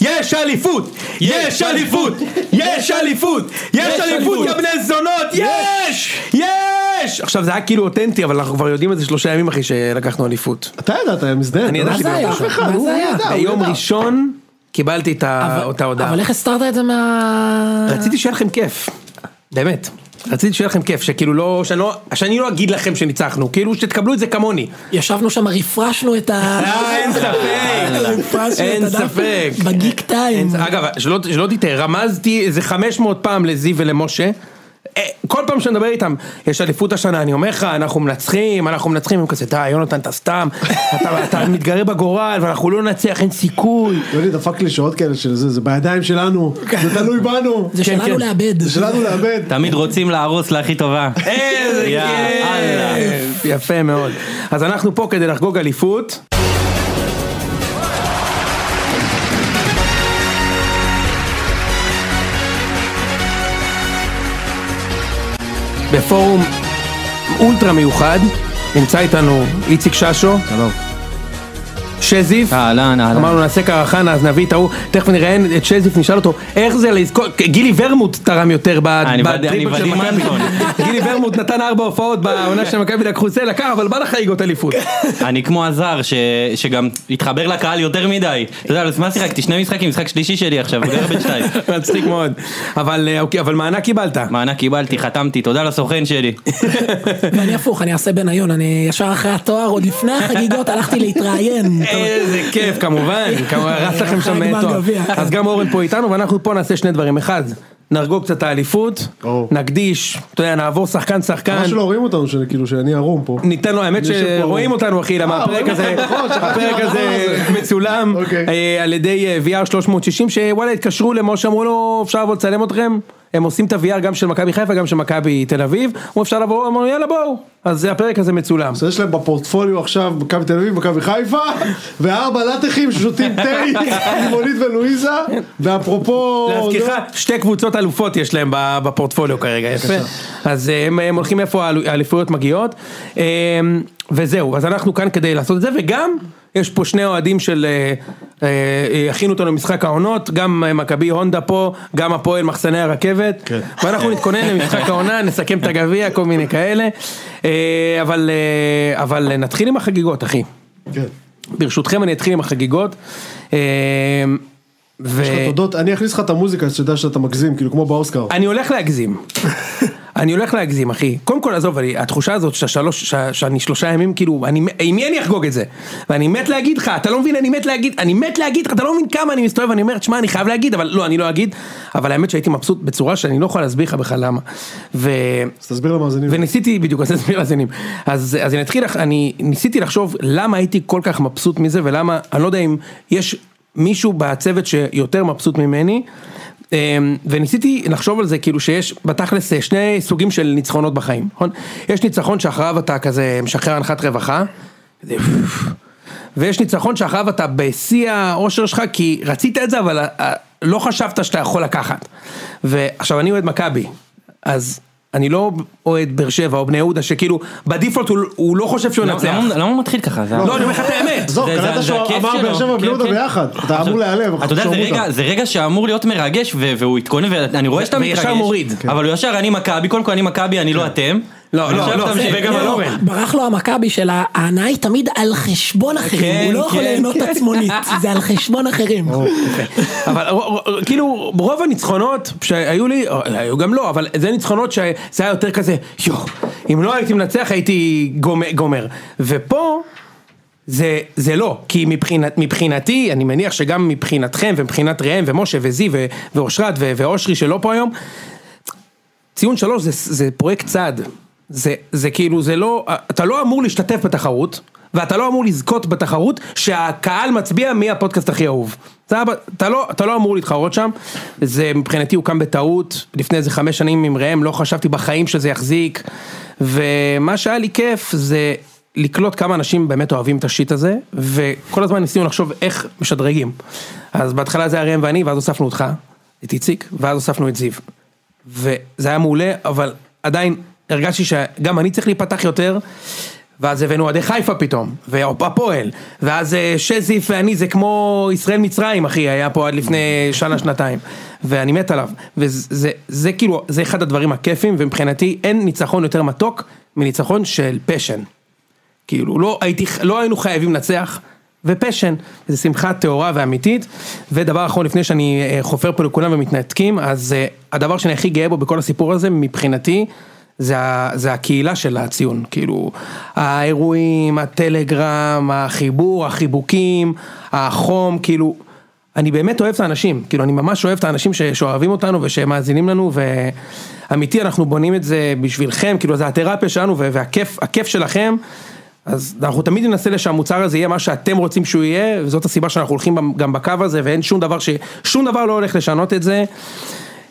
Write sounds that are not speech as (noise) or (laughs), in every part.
יש אליפות! יש אליפות! יש אליפות! יש אליפות יא בני זונות! יש! יש! עכשיו זה היה כאילו אותנטי, אבל אנחנו כבר יודעים את זה שלושה ימים אחי שלקחנו אליפות. אתה ידעת, הם הזדהן. אני לא? ידעתי מה זה היה? ביום ראשון. מה זה היה? הוא ידע, הוא ביום ידע. ראשון קיבלתי את ה- אותה הודעה. אבל איך הסתרת את זה מה... רציתי שיהיה לכם כיף, באמת. רציתי שיהיה לכם כיף, שכאילו לא, שאני לא, שאני לא אגיד לכם שניצחנו, כאילו שתקבלו את זה כמוני. ישבנו שם, רפרשנו את ה... אה, אין ספק. רפרשנו את אין הדף ספק. בגיק טיים. אין- אגב, שלא, שלא תטעה, רמזתי איזה 500 פעם לזיו ולמשה. אה, כל פעם שאני מדבר איתם, יש אליפות השנה, אני אומר לך, אנחנו מנצחים, אנחנו מנצחים, הם כזה, די, יונתן, אתה סתם, אתה, אתה מתגרה בגורל, ואנחנו לא ננצח, אין סיכוי. יוני דפק קלישאות כאלה של זה, זה בידיים שלנו, זה תלוי בנו, זה כן, שלנו כן. לאבד. זה שלנו לאבד. תמיד רוצים להרוס להכי טובה. איזה יאללה. כיף. יפה מאוד. אז אנחנו פה כדי לחגוג אליפות. בפורום אולטרה מיוחד, נמצא איתנו איציק ששו, שלום. שזיף, אהלן, אהלן. אמרנו נעשה קרחנה אז נביא את ההוא, תכף נראיין את שזיף, נשאל אותו איך זה לזכור, גילי ורמוט תרם יותר ב- אה, אני בד- בטריפל אני של בדים מכבי, אנטון. (laughs) גילי ורמוט נתן ארבע הופעות בעונה של מכבי לקחו זה לקח אבל בא לך ליגות (laughs) אליפות, אני כמו הזר ש... שגם התחבר לקהל יותר מדי. אתה יודע, אז מה שיחקתי? שני משחקים, משחק שלישי שלי עכשיו, הוא גר (laughs) בן שתיים. מצחיק מאוד, אבל אה, אוקיי, אבל מענק קיבלת, מענק קיבלתי, חתמתי, תודה לסוכן שלי. ואני הפוך, אני אעשה בניון, אני ישר אחרי התואר, עוד לפני החגיגות הלכתי (laughs) להתראיין. איזה כיף (laughs) כמובן, כמובן, רץ לכם שם גמר טוב, גביע. אז גם אורן פה איתנו ואנחנו פה נעשה שני דברים, אחד נחגוג קצת האליפות, ברור. נקדיש, אתה יודע נעבור שחקן שחקן, כן. ממש לא רואים אותנו, שאני- כאילו שאני ערום פה. ניתן לו, האמת מי שפה שרואים הוא. אותנו אחי, למה אה, הפרק רואים הזה, אותנו, נכון, שכחתי הפרק מהדבר הזה הזה. מצולם אוקיי. אה, על ידי אה, VR 360 שוואלה התקשרו למשה, אמרו לו אפשר לבוא לצלם אתכם, הם עושים את ה-VR גם של מכבי חיפה, גם של מכבי תל אביב, אמרו אפשר לבוא, אמרו יאללה בואו, אז הפרק הזה מצולם. אז יש להם בפורטפוליו עכשיו מכבי תל אביב, מכבי חיפה, וארבע לטחים ששותים תה, (laughs) לימונית ולואיזה, ואפרופו... להזכירך, שתי קבוצות אלופות יש להם ב- בפורטפוליו כרגע, יפה. אז אה, הם, הם הולכים איפה האלו- האליפויות מגיעות, אה, וזהו, אז אנחנו כאן כדי לעשות את זה, וגם יש פה שני אוהדים של, אה, אה, אה, הכינו אותנו למשחק העונות, גם אה, מכבי הונדה פה, גם הפועל מחסני הרכבת, ואנחנו נתכונן למשחק העונה, נסכם את הגביע, כל מיני כאלה, אה, אבל, אה, אבל אה, נתחיל עם החגיגות, אחי. כן. ברשותכם אני אתחיל עם החגיגות. אה, ו... אה, תודות, אני אכניס לך את המוזיקה, אז שתדע שאתה מגזים, כאילו כמו באוסקר. אני הולך להגזים. אני הולך להגזים אחי, קודם כל עזוב, אני, התחושה הזאת שהשלוש, שה- שאני שלושה ימים כאילו, אני, עם מי אני אחגוג את זה? ואני מת להגיד לך, אתה לא מבין, אני מת להגיד, אני מת להגיד לך, אתה לא מבין כמה אני מסתובב, אני אומר, תשמע, אני חייב להגיד, אבל לא, אני לא אגיד, אבל האמת שהייתי מבסוט בצורה שאני לא יכול להסביר לך בכלל למה. ו... אז תסביר למאזינים. וניסיתי בדיוק, אז נסביר לאזינים. אז, אז אני אתחיל, לח- אני ניסיתי לחשוב למה הייתי כל כך מבסוט מזה ולמה, אני לא יודע אם יש מישהו בצוות שיותר מבסוט ממני. אמ, וניסיתי לחשוב על זה כאילו שיש בתכלס אה, שני סוגים של ניצחונות בחיים, נכון? יש ניצחון שאחריו אתה כזה משחרר אנחת רווחה, כזה, ויש ניצחון שאחריו אתה בשיא האושר שלך כי רצית את זה אבל אה, אה, לא חשבת שאתה יכול לקחת. ועכשיו אני אוהד מכבי, אז אני לא אוהד באר שבע או בני יהודה שכאילו בדיפולט הוא, הוא (laughs) לא חושב שהוא למה ינצח. למה הוא מתחיל ככה? זה- לא, אני אומר לך את האמת. עזוב, זה- זה- קלטת זה שהוא הכיף אמר שלו. באר שבע כן, ובני יהודה כן. ביחד. אתה אמור לא, להיעלב. אתה יודע, זה שמעו רגע, אותם. זה רגע שאמור להיות מרגש, ו- והוא התכונן, ואני רואה שאתה וישר מתרגש. מוריד. אבל הוא ישר, אני מכבי, קודם כל אני מכבי, אני לא אתם. לא, לא, עכשיו לא, תמשיך. וגם על אורן. ברח לו המכבי של ההנאה היא תמיד על חשבון אחרים, כן, הוא לא יכול כן, ליהנות כן. עצמונית, זה על חשבון אחרים. אבל ר- ר- כאילו רוב הניצחונות שהיו לי, או, היו גם לא, אבל זה ניצחונות שזה היה יותר כזה, יואו, אם לא הייתי מנצח הייתי גומ- גומר. ופה זה, זה לא, כי מבחינת, מבחינתי, אני מניח שגם מבחינתכם ומבחינת ראם ומשה וזי ו- ואושרת ו- ואושרי שלא פה היום, ציון שלוש זה, זה פרויקט צעד. זה, זה כאילו, זה לא, אתה לא אמור להשתתף בתחרות, ואתה לא אמור לזכות בתחרות שהקהל מצביע מי הפודקאסט הכי אהוב. אתה, אתה, לא, אתה לא אמור להתחרות שם, זה מבחינתי הוקם בטעות, לפני איזה חמש שנים עם ראם, לא חשבתי בחיים שזה יחזיק, ומה שהיה לי כיף זה לקלוט כמה אנשים באמת אוהבים את השיט הזה, וכל הזמן ניסינו לחשוב איך משדרגים. אז בהתחלה זה היה ראם ואני, ואז הוספנו אותך, את איציק, ואז הוספנו את זיו. וזה היה מעולה, אבל עדיין הרגשתי שגם אני צריך להיפתח יותר, ואז הבאנו אוהדי חיפה פתאום, והפועל, ואז אה, שזיף ואני זה כמו ישראל מצרים אחי, היה פה עד לפני שנה שנתיים, ואני מת עליו, וזה זה, זה כאילו, זה אחד הדברים הכיפים, ומבחינתי אין ניצחון יותר מתוק מניצחון של פשן. כאילו, לא, הייתי, לא היינו חייבים לנצח, ופשן, זו שמחה טהורה ואמיתית. ודבר אחרון, לפני שאני אה, חופר פה לכולם ומתנתקים, אז אה, הדבר שאני הכי גאה בו בכל הסיפור הזה, מבחינתי, זה, ה- זה הקהילה של הציון, כאילו, האירועים, הטלגרם, החיבור, החיבוקים, החום, כאילו, אני באמת אוהב את האנשים, כאילו אני ממש אוהב את האנשים ש- שאוהבים אותנו ושמאזינים לנו ואמיתי אנחנו בונים את זה בשבילכם, כאילו זה התרפיה שלנו ו- והכיף הכיף שלכם, אז אנחנו תמיד ננסה שהמוצר הזה יהיה מה שאתם רוצים שהוא יהיה, וזאת הסיבה שאנחנו הולכים במ- גם בקו הזה ואין שום דבר ש... שום דבר לא הולך לשנות את זה.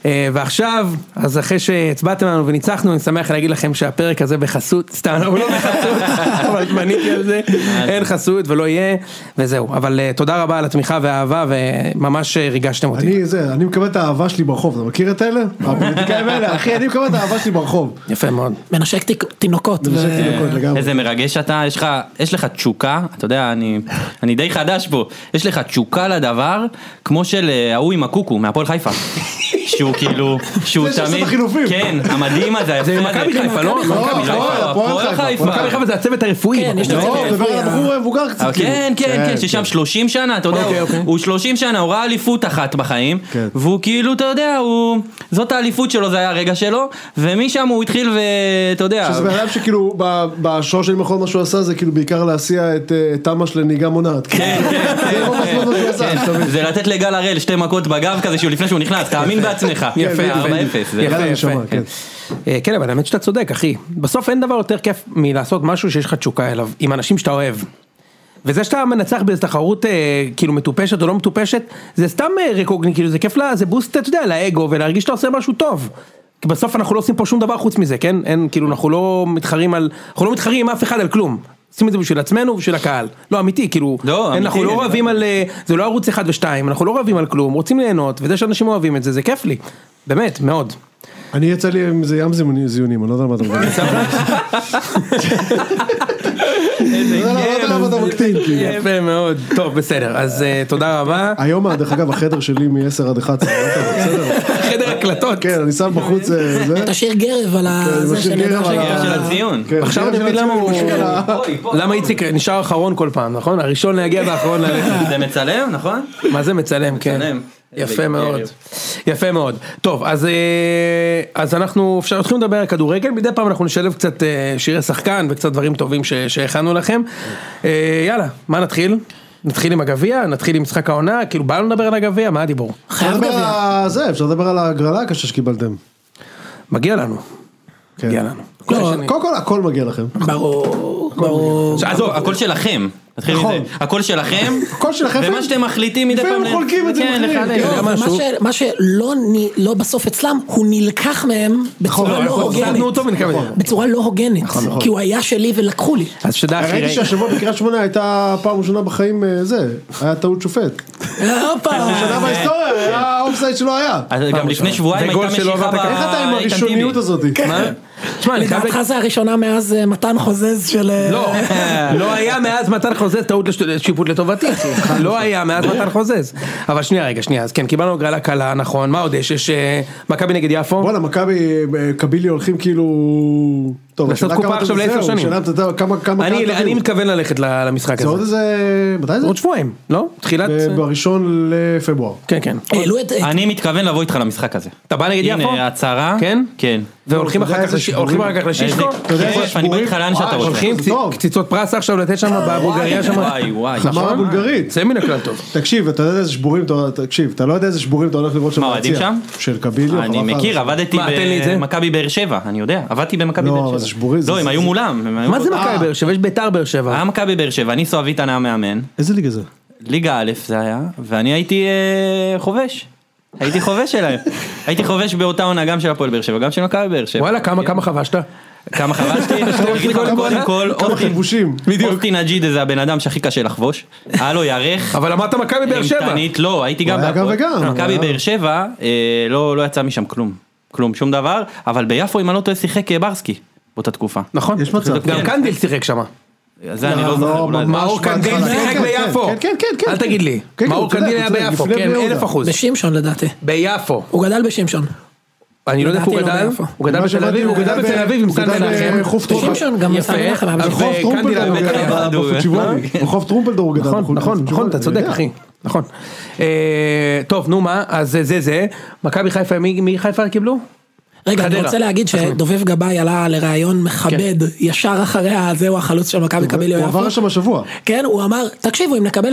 אה, ועכשיו, אז אחרי שהצבעתם לנו וניצחנו, אני שמח להגיד לכם שהפרק הזה בחסות, סתם, הוא לא (laughs) בחסות, אבל מניתי על זה, אין חסות ולא יהיה, וזהו. אבל אה, תודה רבה על התמיכה והאהבה, וממש אה, ריגשתם אותי. אני זה, אני מקבל את האהבה שלי ברחוב, אתה מכיר את (laughs) אלה? הפוליטיקאים האלה, אחי, אני מקבל את האהבה שלי ברחוב. יפה מאוד. מנשק תיק- תינוקות. ו- זה תינוקות לגמרי. איזה מרגש אתה, יש לך, יש לך תשוקה, אתה יודע, אני, אני די חדש פה, יש לך תשוקה לדבר, כמו של אה, ההוא עם הקוקו, מהפועל חיפה. שהוא כאילו, שהוא זה שעושה את תמיד, החילופים. כן, המדהים הזה, היפה זה הזה. מכבי חיפה, לא? מכבי חיפה, הפועל הפועל חיפה, חיפה. מכבי חיפה זה הצוות הרפואי. כן, יש לו- לא, איזה- מדבר על הבחור המבוגר אבל קצת. כאילו. כן, כן, כן, ששם 30 שנה, אתה יודע, אוקיי, הוא- אוקיי. הוא 30 שנה, הוא ראה אליפות אחת בחיים, כן. והוא כאילו, אתה יודע, הוא... זאת האליפות שלו, זה היה הרגע שלו, ומשם הוא התחיל ואתה יודע... שזה בן אדם שכאילו ב- בשלוש שנים האחרונות מה שהוא עשה זה כאילו בעיקר להסיע את אה, את אמא של נהיגה מונעת. כאילו. כן, כן, זה לא ממש מה שהוא עשה, כן. אתה מבין? זה לתת לגל הראל שתי מכות בגב כזה שהוא לפני שהוא נכנס, תאמין בעצמך. יפה, יפה. 4-0. זה- יאללה, יפה, יפה. נשמה, כן. אה, כן, אבל האמת שאתה צודק, אחי. בסוף אין דבר יותר כיף מלעשות משהו שיש לך תשוקה אליו, עם אנשים שאתה אוהב. וזה שאתה מנצח באיזו תחרות אה, כאילו מטופשת או לא מטופשת, זה סתם אה, רקוגני, כאילו זה כיף לה, זה בוסט, אתה יודע, לאגו, ולהרגיש שאתה עושה משהו טוב. כי בסוף אנחנו לא עושים פה שום דבר חוץ מזה, כן? אין, כאילו אנחנו לא מתחרים על, אנחנו לא מתחרים עם אף אחד על כלום. עושים את זה בשביל עצמנו ובשביל הקהל. לא, אמיתי, כאילו, לא, אין, אמיתי, אנחנו לא אני- רבים על, אה, זה לא ערוץ אחד ושתיים, אנחנו לא רבים על כלום, רוצים ליהנות, וזה שאנשים אוהבים את זה, זה כיף לי. באמת, מאוד. אני יצא לי עם איזה ים זיוני- זיונים, אני לא יודע מה אתה מדבר. (laughs) אני לא יודע למה אתה מקטין. כאילו. כן, יפה מאוד. טוב, בסדר, אז אה, תודה (laughs) רבה. היום, דרך אגב, החדר שלי מ-10 עד 11, בסדר? (laughs) חדר הקלטות. כן, אני שם בחוץ אה, זה. תשאיר גרב כן, על אני ה- זה משאיר של גרב ידע אה, על שלי. ה- של הציון. כן, לא עכשיו גרב אני מבין של למה הציון, הוא... משאיר על ה- למה איציק נשאר אחרון כל פעם, נכון? הראשון להגיע והאחרון ללכת. זה מצלם, נכון? מה זה מצלם, כן. מצלם. יפה מאוד. בקרב. יפה מאוד. טוב, אז אה, אז אנחנו אפשר להתחיל לדבר על כדורגל, מדי פעם אנחנו נשלב קצת אה, שירי שחקן וקצת דברים טובים ש- שהכנו לכם. אה, יאללה, מה נתחיל? נתחיל עם הגביע, נתחיל עם משחק העונה, כאילו בא לנו לדבר על הגביע, מה הדיבור? אפשר חייב לדבר על גביע. ה- זה, אפשר לדבר על ההגרלה הקשה שקיבלתם. מגיע לנו, כן. מגיע לנו. לא, קודם כל הכל מגיע לכם. ברור, ברור. עזוב, הכל שלכם. נתחיל נכון. מזה. הכל שלכם. הכל שלכם. ומה שאתם מחליטים מדי פעם. לפעמים חולקים את זה עם כן, אחרים, לחלק. כן. לא, יודע ומה משהו? ש- מה שלא נ- לא בסוף אצלם, הוא נלקח מהם בצורה לא נכון, אנחנו הפסדנו נכון, הוגנת. אותו ונקבל. בצורה לא הוגנת, כי הוא היה שלי ולקחו לי. אז שתדע אחי, ראיתי ראי- שהשבוע בקריית שמונה הייתה פעם ראשונה בחיים אה, זה, היה טעות אה, שופט. הופה. כן, שנה בהיסטוריה, היה אופסייד שלא היה. אז גם לפני שבועיים הייתה וגול שלא משיכה עבר את הקו. איך אתה עם באיתן הראשוניות טיבי. הזאת? אה, כן. מה? תשמע, אני חייב... לדעתך זה הראשונה מאז אה, מתן חוזז של... אה, לא, לא היה מאז מתן חוזז טעות לש- לשיפוט לטובתי, לא היה מאז מתן חוזז. אבל שנייה רגע, שנייה, אז כן, קיבלנו הגרלה קלה, נכון, מה עוד יש? יש אה, מכבי נגד יפו? וואלה, מכבי, אה, קבילי הולכים כאילו... טוב, לעשות השאלה קופה כמה- עכשיו זהו, לעשר שנים. השאלה, אתה יודע, כמה... כמה אני קהל אני תביאו. מתכוון ללכת ל- למשחק זה עוד הזה. איזה... מתי זה? עוד שבועיים, לא? תחילת... ב- אה, בראשון לפברואר. כן, כן. העלו את... אני מתכוון לבוא איתך למשחק הזה. אתה בא נגד יפו? הנה, הצהרה. כן? כן. והולכים אתה יודע אחר כך איזה לש- הולכים אחר כך איזה לשישקו? אתה יודע, כיף, יש אני בא איתך בורים. לאן שאתה וואי, רוצה. הולכים זה קצי- טוב. קציצות פרס עכשיו לתת שם בבולגריה שם? נכון? וואי וואי. חמרה בולגרית. זה מן הכלל טוב. תקשיב, אתה יודע איזה שבורים, אתה- תקשיב, אתה לא יודע איזה שבורים אתה הולך לראות שם מה, אוהדים שם? של קבילי. או אני חווארה. מכיר, עבדתי מה, תן לי את זה. במכבי באר שבע, אני יודע, עבדתי במכבי לא, באר שבע. אבל זה שבורי, זה- לא, הם זה- היו מולם. הם היו מה זה באותה- מכבי באר שבע? יש ביתר באר שבע. היה מכבי באר שבע, אני סואב איתן היה מאמן, איזה ליגה זה? ליגה א' זה היה, ואני הייתי אה, חובש. הייתי (laughs) חובש שלהם. הייתי חובש באותה עונה גם של הפועל באר שבע, גם של מכבי באר שבע. וואלה, כמה כמה חבשת? כמה (laughs) חבשתי? קודם כל, כמה חיבושים. אופטין אג'ידה זה הבן אדם שהכי קשה לחבוש. היה לו ירך. אבל אמרת מכבי באר שבע. אימתנית, לא, הייתי גם הוא היה גם בהפועל. וגם, מכבי אבל- באר שבע, אה, לא לא יצא משם כלום. כלום, שום דבר, אבל ביפו, אם אני לא טועה, שיחק אה, ברסקי. באותה תקופה. נכון. יש מצב. גם קנדיל שיחק שם. זה אני לא זוכר. לא, אולי זה- ממש מאור קנדיל בהתחלה. שיחק כן, כן, ביפו. כן, כן, כן, כן. אל תגיד לי. כן, כן, מאור הוא צודק, קנדיל הוא היה צודק, ביפו, לפני כן, בני אלף יהודה. אחוז. בשמשון לדעתי. ביפו. הוא גדל בשמשון. אני לא יודע איפה הוא לדעתי לא גדל, ביפו. הוא גדל מה בתל שבאתי, אביב, הוא הוא גדל גדל בתל ב- אביב עם הוא סטן גדל מנחם. בחוף טרומפלדור. בשמשון גם כן, יפה. סתם מנחם היה על בשם. בחוף וקנדיל טרומפלדור היה הוא בקרב גדל ההדור. בפוצ'יבולי. כן. בחוף טרומפלדור הוא גדל. נכון, נכון, בחוץ נכון, בפוצ'יבולי, אתה אני צודק יודע. אחי, נכון. אה, טוב, נו מה, אז זה זה זה, מכבי חיפה, מי מי חיפה קיבלו? רגע, אני חדרה. כן. רוצה להגיד שדובב גבאי עלה לראיון מכבד, ישר אחרי הזהו החלוץ של מכבי קבלי הוא עבר שם השבוע. כן, הוא אמר, תקשיבו, אם נקבל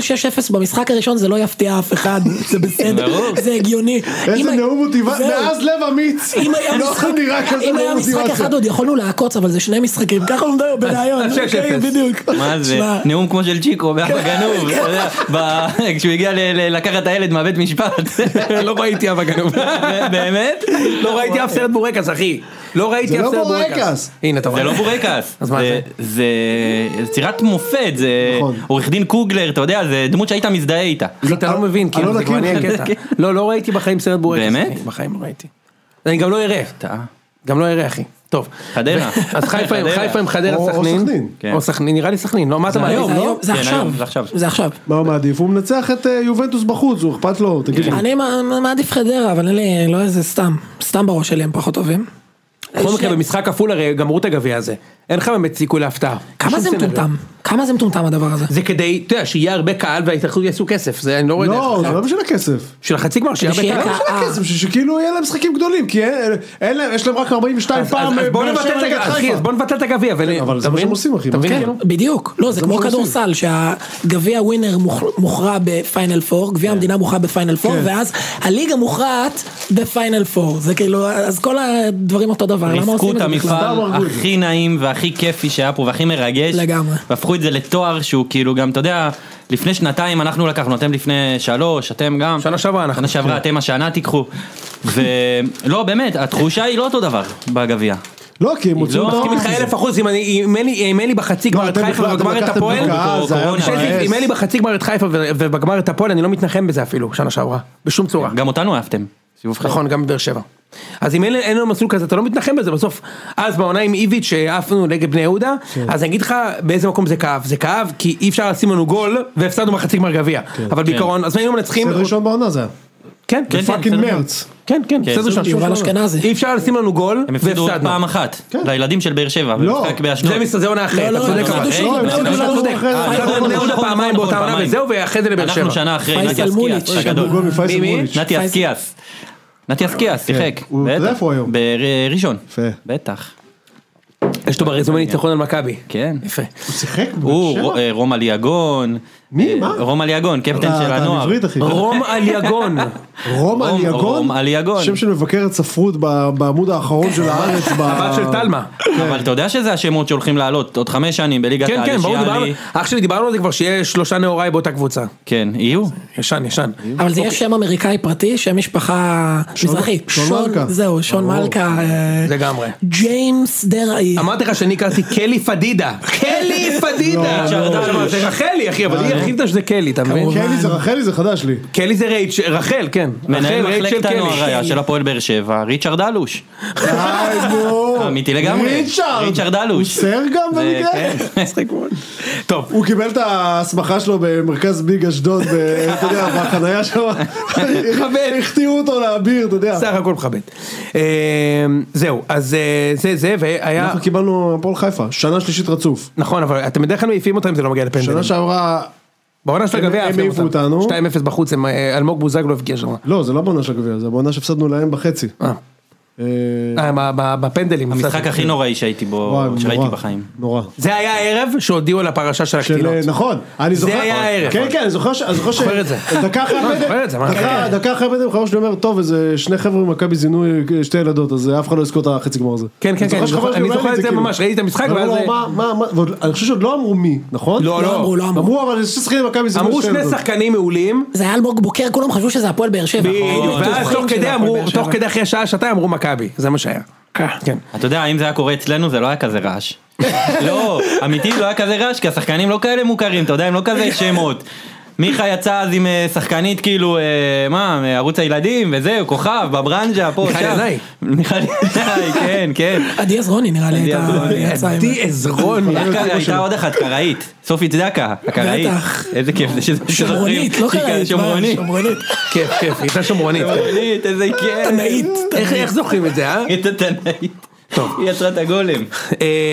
6-0 במשחק הראשון זה לא יפתיע אף אחד, זה בסדר, ברור. זה הגיוני. איזה אם- נאום מוטיבציה, זהו. מאז לב אמיץ. אם היה לא משחק- נראה כזה אם היה נאום משחק מוטיבציה. אחד עוד יכולנו לעקוץ, אבל זה שני משחקים, ככה הוא מדבר בריאיון. אז 6-0. אוקיי, בדיוק. מה זה, שמע, נאום כמו של (laughs) צ'יקו באבא גנוב, אתה יודע, ב- כשהוא הגיע ל- ל- לקחת את הילד מהבית משפט. לא ראיתי אבא גנוב. (laughs) באמת? לא ראיתי אף סרט בורקס אחי, לא ראיתי זה אף לא סרט בורקס. בורקס. הנה אתה זה רואה. לא בורקס, אז מה זה- זה יצירת מופת, זה נכון. עורך דין קוגלר, אתה יודע, זה דמות שהיית מזדהה איתה. אחי, אתה לא מבין, כאילו, אלונה זה כבר נהיה קמחי. קטע. לא, לא ראיתי בחיים סרט בורקס. באמת? אחי, בחיים לא ראיתי. אני גם לא אראה, טעה. גם לא אראה אחי. טוב. חדרה. ו- (laughs) אז חיפה עם- חדרה. חיפה עם חדרה או- או סכנין. סכנין. כן. או סכנין, נראה לי סכנין, לא, מה אתה מעדיף? היום, זה לא? היום? זה כן, עכשיו. היום, זה עכשיו. זה עכשיו. מה הוא מעדיף? הוא מנצח את אה, יובנטוס בחוץ, הוא אכפת לו, תגיד לי. כן. אני מע- מעדיף חדרה, אבל אין לי, לא איזה סתם, סתם בראש שלי הם פחות טובים. בכל מקרה שני- במשחק כפול הרי גמרו את הגביע הזה. אין לך באמת סיכוי להפתעה. כמה שום זה סצנריו. מטומטם? כמה זה מטומטם הדבר הזה? זה כדי, אתה יודע, שיהיה הרבה קהל וההתאחדות יעשו כסף, זה אני לא רואה לא, דרך זה אחרת. לא בשביל הכסף. של החצי גמר, שיהיה כדי הרבה שיהיה קהל. לא בשביל אה. הכסף, בשביל שכאילו יהיה להם משחקים גדולים, כי אין- אין להם, יש להם רק 42 אז- אז- פעם. אז אה, בוא באר נבטל שבע את נגד הגביע, אחי, חיפה. כן, אז בוא נבטל את הגביע. ול- אבל זה אתה מה מבין? שהם עושים, אחי, אתה מה מבין? זה? כאילו? בדיוק, לא, זה זה כמו מה שהם כדורסל, שהגביע ווינר מוכ- מוכרע בפיינל פור, גביע המדינה מוכרע בפיינל פור, כן. ואז הליגה מוכרעת בפיינל פור, זה כאילו, אז כל הדברים אותו דבר, למה ריסקו עושים את את זה בכלל? המפעל סתם הרגו את זה. הכי נעים והכי כיפי שהיה פה והכי מרגש. לגמרי. והפכו את זה לתואר שהוא כאילו גם, אתה יודע, לפני שנתיים אנחנו לקחנו, אתם לפני שלוש, אתם גם. שנה שעברה אנחנו. שנה שעברה, אתם השנה תיקחו. ולא, באמת, התחושה היא לא אותו דבר בגביע. לא, כי הם הוציאו לא, את מסכים מסכים האופי איתך הזה. אלף אחוז, אם אני- אם אין לי- אם אין לי בחצי גמר את לא, אתם חיפה בכלל, אתם ובגמר את לקחתם הפועל, בקהל, זה היה קורונה, תקשיב, מבאס. אם אין לי בחצי גמר את חיפה ו- ובגמר את הפועל, אני לא מתנחם בזה אפילו, שנה שעברה, בשום צורה. גם אותנו אהבתם. סיבוב חיים. נכון, גם בבאר שבע. אז אם אין, אין לנו מסלול כזה, אתה לא מתנחם בזה בסוף. אז בעונה עם איביץ' שעפנו נגד בני יהודה, כן. אז אני אגיד לך באיזה מקום זה כאב. זה כאב כי אי אפשר לשים לנו גול, והפסדנו מחצי גמר גביע. כן. אבל בעיקרון, אז אם היינו מנצחים... סדר ראשון בעונה זה היה. כן, כן, כן, פאקינג בסדר. מרץ. כן, כן, כן. בסדר ראשון. יובל אשכנזי. אי אפשר לשים לנו גול, הם הפסידו עוד והפסדנו. פעם אחת. כן. לילדים של באר שבע. לא. במשחק באשדוד. זה מס- זה עונה אחרת, אתה לא, צודק. הם אבל- הפסידו לא, שוב, הם הפסידו הפסידו שוב, שוב, אחרי- אחרי- אחרי בני יהודה נכון, לא פעמיים נכון, באותה עונה פעמיים. וזהו, ואחרי זה לבאר שבע. אנחנו שנה אחרי פייסל נתי מוליץ', אסקיאס, יש הגדול. גול מפייסל מי, מי? מוליץ'. נתי אסקיאס. נתי אסקיאס, שיחק. אה, הוא- אתה יודע בטח. איפה הוא היום? בראשון. יפה. בטח. יש לו ברזומה ניצחון על מכבי. כן. יפה. הוא שיחק הוא, בבאר שבע? אה, רום אליגון. מי? אה, מה? רום אליגון, קפטן אתה- של אתה הנוער. בעברית, אחי. רום על (laughs) יגון. רום רום- אליגון? רום אליגון. שם של מבקרת ספרות ב- בעמוד האחרון (laughs) של הארץ. ב- הבת של תלמה. אבל אתה יודע שזה השמות שהולכים לעלות עוד חמש שנים בליגת כן, העל. כן, ברור, שיאלי. דיברנו, אח שלי דיברנו על זה כבר שיהיה שלושה נעוריי באותה קבוצה. כן, יהיו. ישן, ישן. אבל זה יש שם אמריקאי פרטי, שם משפחה מזרחית. שון מלכה. זהו, שון ברור. מלכה. אה, לגמרי. ג'יימס דראי. אמרתי לך שאני הכרתי קלי פדידה. קלי פדידה! לא. אה. זה רחלי אחי, אבל היא הכי טוב שזה קלי, אתה מבין? כמובן. קלי זה רחלי זה חדש לי. קלי זה רייצ'ל, רחל, כן. מנהל רחל, רייצ'ל מחלקת הנוער קלי. היה של הפועל באר שבע, ריצ'רד אלוש. די, נו. אמיתי לגמרי. ריצ'רד. ריצ'רד אלוש. הוא סר גם זה- במקרה? כן. טוב, הוא קיבל את ההסמכה שלו במרכז ביג אשדוד, ב- אתה יודע, בחנייה שם. מכבד. החטיאו אותו לאביר, אתה יודע. סך הכל מכבד. אה, זהו, אז אה, זה זה, והיה... אנחנו קיבלנו הפועל חיפה, שנה שלישית רצוף. כן, כאילו- נכון, אבל אתם בדרך כלל מעיפים אותם אם זה לא מגיע לפנדלים. שנה שעברה, בעונה של הם- הגביע הם העפתם העיפו אותנו. 2-0 בחוץ, הם, אה, אלמוג בוזגלו הבקיע שם. לא, זה לא בעונה של הגביע, זה בעונה שהפסדנו להם בחצי. אה, אה, אה, ב- ב- בפנדלים. המשחק הפסדתם. הכי נוראי שהייתי בו, וואי, שראיתי נורא, בחיים. נורא. זה היה הערב שהודיעו על הפרשה של אה, של, הקטינות. נכון, אני זוכר, היה הערב. כן כן, אני זוכר ש... אני זוכר ש... זוכר את זה. דקה אחרי לא, אני זוכר את זה, מה? הפנדל, דקה- דקה אחרי הפנדל, חבר שלי אומר, טוב, איזה שני חבר'ה ממכבי זינו אה, שתי ילדות, אז אף אחד לא יזכור את החצי גמר הזה. כן, כן, כן, אני זוכר שחבר שלי אני אומר לי זוכר את זה כאילו. ממש, ראיתי את המשחק, אבל ואז לא, זה- מה, מה, מה, ועוד- אני חושב שעוד לא אמרו מי, נכון? לא, לא. אמרו, לא אמרו. אמרו, אבל יש שחקנים במכבי זינו אמרו שתי שני ילדות. שחקנים מעולים. זה היה אלמוג בוקר, כולם חשבו שזה הפועל באר שבע. בדיוק, נכון. ואז תוך כדי אמרו, תוך כדי אחרי שעה שעתיים אמרו מכבי, זה מה שהיה. כן. אתה יודע, אם זה היה קורה אצלנו זה לא היה כזה רעש. לא, אמיתי לא היה כזה רעש, כי השחקנים לא כאלה מוכרים, אתה יודע, הם לא כזה שמות. מיכה יצא אז עם אה, שחקנית כאילו, אה, מה, מערוץ הילדים וזהו, כוכב, בברנז'ה, פה, מיכל שם. ינאי. מיכל ינאי, (laughs) כן, כן. עדי עזרוני נראה לי עדי הייתה עזרוני. יצאה נכון, עם... נכון. עדי (laughs) עזרוני. לא היה- הייתה עוד אחת, קראית, סופי צדקה, הקראית. בטח. איזה כיף זה שזה... שומרונית, לא שהיא כאן כן, קראית, שומרונית. שומרונית. אה, כיף, כיף, היא הייתה שומרונית. שומרונית, איזה כיף. תנאית. איך איך זוכרים את זה, אה? הייתה תנאית. טוב. היא יצרה את הגולם.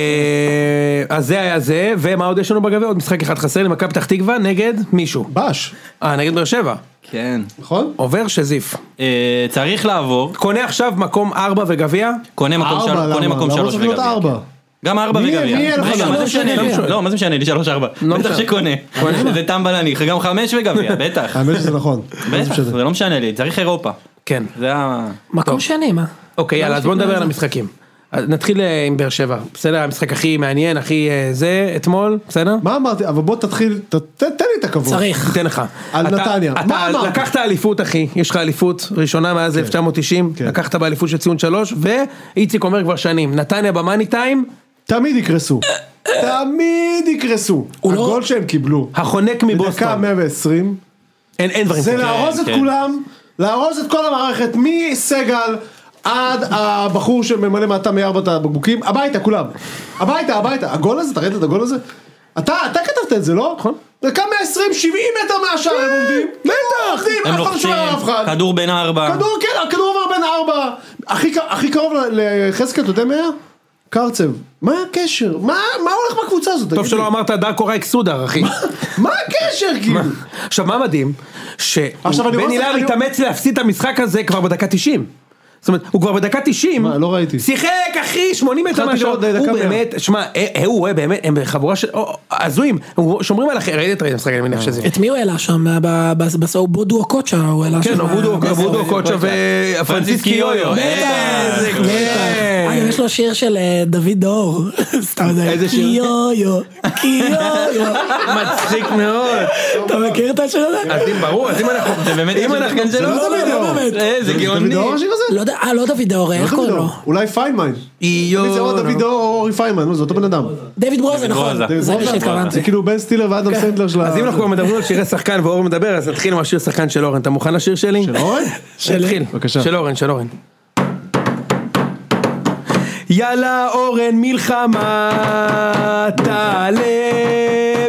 אה, אז זה היה זה, ומה עוד יש לנו בגביע? עוד משחק אחד חסר למכבי פתח תקווה נגד מישהו. בש, אה, נגד באר שבע. כן. נכון? עובר שזיף. אה, צריך לעבור, קונה עכשיו מקום ארבע וגביע? קונה מקום ארבע, שלוש, קונה למה? מקום למה שלוש צריך להיות וגביע. כן. ארבע? גם ארבע מי- וגביע. מי יהיה לך רגע, שלוש מה זה משנה וגביע? לי? לא, מה זה משנה לי? שלוש ארבע. לא בטח משנה. שקונה. זה טמבל אני, גם חמש (laughs) וגביע, בטח. האמת שזה נכון. לא בטח, משנה. זה לא משנה לי, צריך אירופה. כן. זה ה... מקום שני, מה? אוקיי, יאללה, אז בוא נדבר על המשחקים. אז נתחיל אה, עם באר שבע. בסדר, המשחק הכי מעניין, הכי אה, זה, אתמול, בסדר? מה אמרתי? אבל בוא תתחיל, ת- ת- תן לי את הכבוד. צריך. ניתן לך. על אתה- נתניה. מה אתה אמרתי? לקחת אליפות אחי, יש לך אליפות ראשונה מאז 1990, כן. לקחת באליפות של ציון שלוש, ואיציק אומר כבר שנים, נתניה במאני טיים, תמיד יקרסו. תמיד יקרסו. הוא לא- הגול שהם קיבלו. החונק בדקה מבוסטון. 120. אין אין דברים זה כאלה. להרוס את כן. כולם, להרוס את כל המערכת מסגל עד הבחור שממלא מעטה מארבע את הבקבוקים, הביתה כולם, הביתה הביתה, הגול הזה, אתה ראית את הגול הזה? אתה, אתה כתבת את זה לא? נכון. דקה 120, 70 מטר מהשאר הם עומדים, בטח, עובדים, אף הם אחד לא לוחצים, שומר על אף אחד, כדור בין ארבע. כדור, כן, הכדור עובר בין ארבע, הכי ק- הכי קרוב ל- לחזקאל, אתה יודע מי היה? קרצב, מה הקשר? מה מה הולך בקבוצה הזאת? טוב תגיד לי? שלא אמרת דארקו רייק סודר אחי. מה הקשר כאילו? עכשיו מה מדהים, עכשיו אני שבן רוצה- הילר אני- התאמץ להפסיד את המשחק הזה כבר בדקה 90. זאת אומרת, הוא כבר בדקה 90, מה, לא ראיתי. שיחק אחי 80 מטר התחלתי מהשעות, לראות דקה הוא מאה. באמת, שמע, אה, אה, הוא רואה באמת, הם חבורה של, או, הזויים, הוא- שומרים על החיים, ראית את המשחק, אני מניח שזה, את מי הוא העלה שם? ב- ב- בסוף בודו אוקוצ'ה הוא העלה שם. כן, אבודו, אבודו קוצ'ה ופרנסיס קיויו. בטח, איזה כיף. אגב, יש לו שיר של אה, דוד דאור. (laughs) סתם זה. איזה שיר? קיויו, (laughs) קיויו. מצחיק מאוד. אתה מכיר את השיר הזה? אז אם ברור, אז אם אנחנו, זה באמת אם השיר אנחנו, של זה דוד אה, לא לא דוד באמת, דאור. לא באמת. איזה גאוני. דוד אור השיר הזה? לא יודע, אה, לא דוד דאור, איך קוראים לו? לא. אולי פיינמיין. מי זה או איו. דוד דאור או אורי פיינמן, נו, זה אותו בן אדם. דוד ברוזה, דוד נכון. ברוזה. זה מה זה- שהתכוונתי. כן. זה כאילו בן סטילר ואדם סנדלר של ה... אז אם אנחנו כבר מדברים על שירי שחקן ואורן מדבר, אז נתחיל עם השיר שחקן של אורן. אתה מוכן לשיר שלי? של אורן? נתחיל. בבקשה. של אורן, של אורן. יאללה אורן מלחמה, תעלה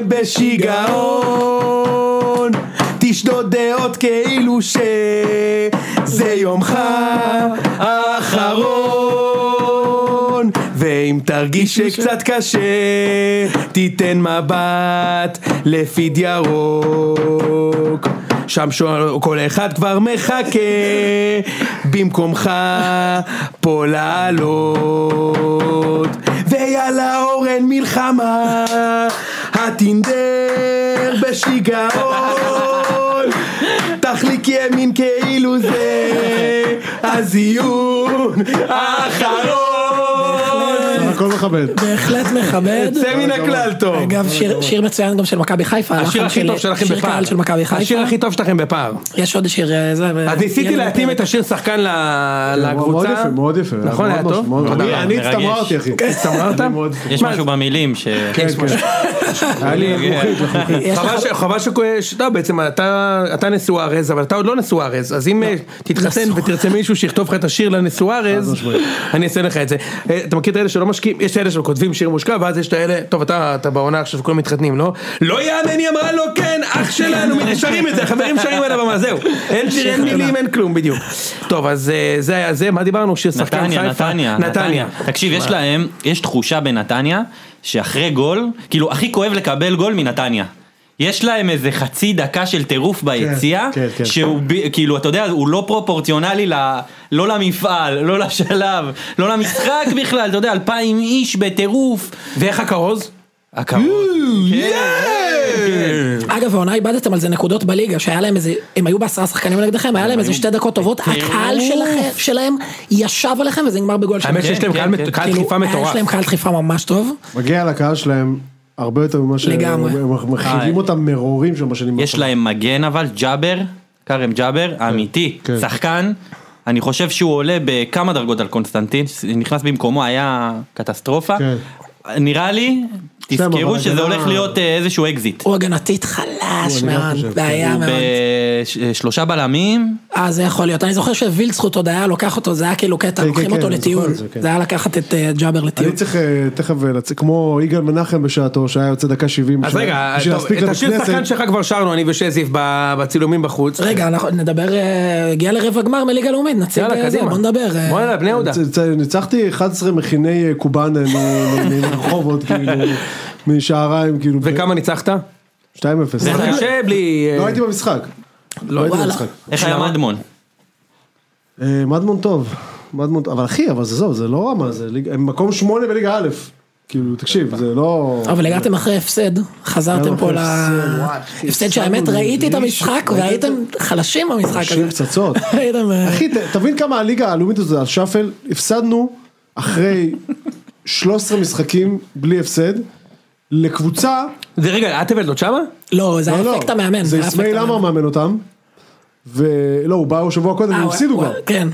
בשיגעון, תשדוד דעות כאילו שזה יומך האחרון, ואם תרגיש שקצת קשה, תיתן מבט לפיד ירוק. שם שואל, כל אחד כבר מחכה, במקומך פה לעלות. ויאללה אורן מלחמה, הטינדר בשיגעון. תחליק ימין כאילו זה הזיון האחרון. הכל מכבד. בהחלט (laughs) מכבד. יוצא מן הכלל טוב. אגב, שיר- שיר מצוין גם של מכבי חיפה. השיר הלחן הכי של- טוב שלכם שיר בפער. קהל של מכבי השיר חיפה. הכי טוב שלכם בפער. יש עוד שיר, אה, זה... ו- אז ניסיתי יהיה לנו להתאים פרק. את השיר שחקן ל- לקבוצה. מאוד יפה, מאוד יפה. נכון, היה מאוד טוב? מאוד- תודה אני- רבה. אני מרגש. הצטמררתי, אחי. (laughs) הצטמררת? אני מאוד- כן, יש מה, משהו במילים ש... יש משהו. היה לי מוחית לחלוטין. יש לך- כן. (laughs) חבל ש- חבל שכו- שאתה בעצם אתה אתה נשוארז אבל אתה עוד לא נשוארז אז אם אה, תתחתן ותרצה מישהו שיכתוב לך את השיר לנשוארז אני אעשה לך את זה. אה, אתה מכיר את האלה שלא משקיעים יש את האלה שכותבים שיר מושקע ואז יש את האלה טוב אתה אתה בעונה עכשיו כולם מתחתנים לא לא יאמן היא אמרה לו כן אח שלנו שרים את זה חברים שרים על הבמה זהו אין שיר אין מילים אין כלום בדיוק. טוב אז אה, זה היה זה מה דיברנו שיר שחקן חיפה נתניה, נתניה, נתניה. תקשיב, יש להם, יש תחושה בנתניה, שאחרי גול, כאילו הכי כואב לקבל גול מנתניה. יש להם איזה חצי דקה של טירוף ביציאה, כן, כן. שהוא ב- כאילו, אתה יודע, הוא לא פרופורציונלי ל... לא למפעל, לא לשלב, לא למשחק בכלל, אתה יודע, אלפיים איש בטירוף. ואיך הכרוז? הכבוד. אגב, העונה איבדתם על זה נקודות בליגה, שהיה להם איזה, הם היו בעשרה שחקנים נגדכם, היה להם איזה שתי דקות טובות, הקהל שלכם- שלהם ישב עליכם וזה נגמר בגול שלהם. האמת שיש להם כן, קהל כן. מט- קהל כאילו, דחיפה היה- מטורף. יש להם קהל דחיפה ממש טוב. מגיע לקהל שלהם הרבה יותר ממה שהם לגמרי. אה, מחייבים אותם מרורים שם בשנים יש להם מגן אבל, ג'אבר, כרם ג'אבר, אמיתי, לא כן. שחקן. אני חושב שהוא עולה בכמה דרגות על קונסטנטין, נכנס במקומו, היה קטסטרופה. כן. נראה לי, תזכרו אבל שזה הגנה- הולך להיות אה, איזשהו אקזיט. הוא הגנתית חלש מאוד, כן. בעיה מאוד. בשלושה אה, בלמים, אה, זה יכול להיות. אני זוכר שווילצחוט עוד היה לוקח אותו, זה היה כאילו קטע, כן, לוקחים כן, אותו כן, אני זוכר לטיול. את זה, כן. זה היה לקחת את אה, ג'אבר לטיול. אני צריך אה, תכף אה, לצאת, כמו יגאל מנחם בשעתו, שהיה יוצא דקה 70. אז בשביל- רגע, אה, בשביל טוב, להספיק את לבית השיר כנסת. שחקן שלך כבר שרנו, אני ושזיף ב- בצילומים בחוץ. רגע, אנחנו נדבר, אה, הגיע לרבע גמר מליגה לאומית, נציג יאללה, אה, זה, קדימה. בוא נדבר. אה, וואלה, בני יהודה. צ- צ- ניצחתי 11 מכיני אה, קובאנה מ- מ- מרחובות, כאילו, משעריים, כאילו. ב- וכמה ניצחת? 2-0. זה קשה בלי... אה, לא הייתי במשחק. לא הייתי וואלה. במשחק. איך היה למה? מדמון? אה, מדמון טוב. מדמון, אבל אחי, אבל זה זהו, זה לא רמה, זה ליג- הם מקום שמונה בליגה א'. כאילו, תקשיב, זה לא... אבל הגעתם אחרי הפסד, חזרתם הגענו פה אחרי ל... הפסד, וואי, אחי, הפסד הפסדנו שהאמת ראיתי את למישהו, המשחק ראיתי והייתם חלשים במשחק שיר הזה. פצצות. (laughs) הייתם... אה, אחי, ת- תבין כמה הליגה הלאומית הזאת על שפל, הפסדנו אחרי 13 משחקים בלי הפסד, לקבוצה, זה רגע, אטבלד עוד שמה? לא, זה לא, היה לא, אפקט המאמן. זה היה אפקט אסמאעיל עמר המאמן. מאמן אותם, ולא, הוא בא שבוע קודם, אה, הם הוא- הפסידו הוא- כבר, כן.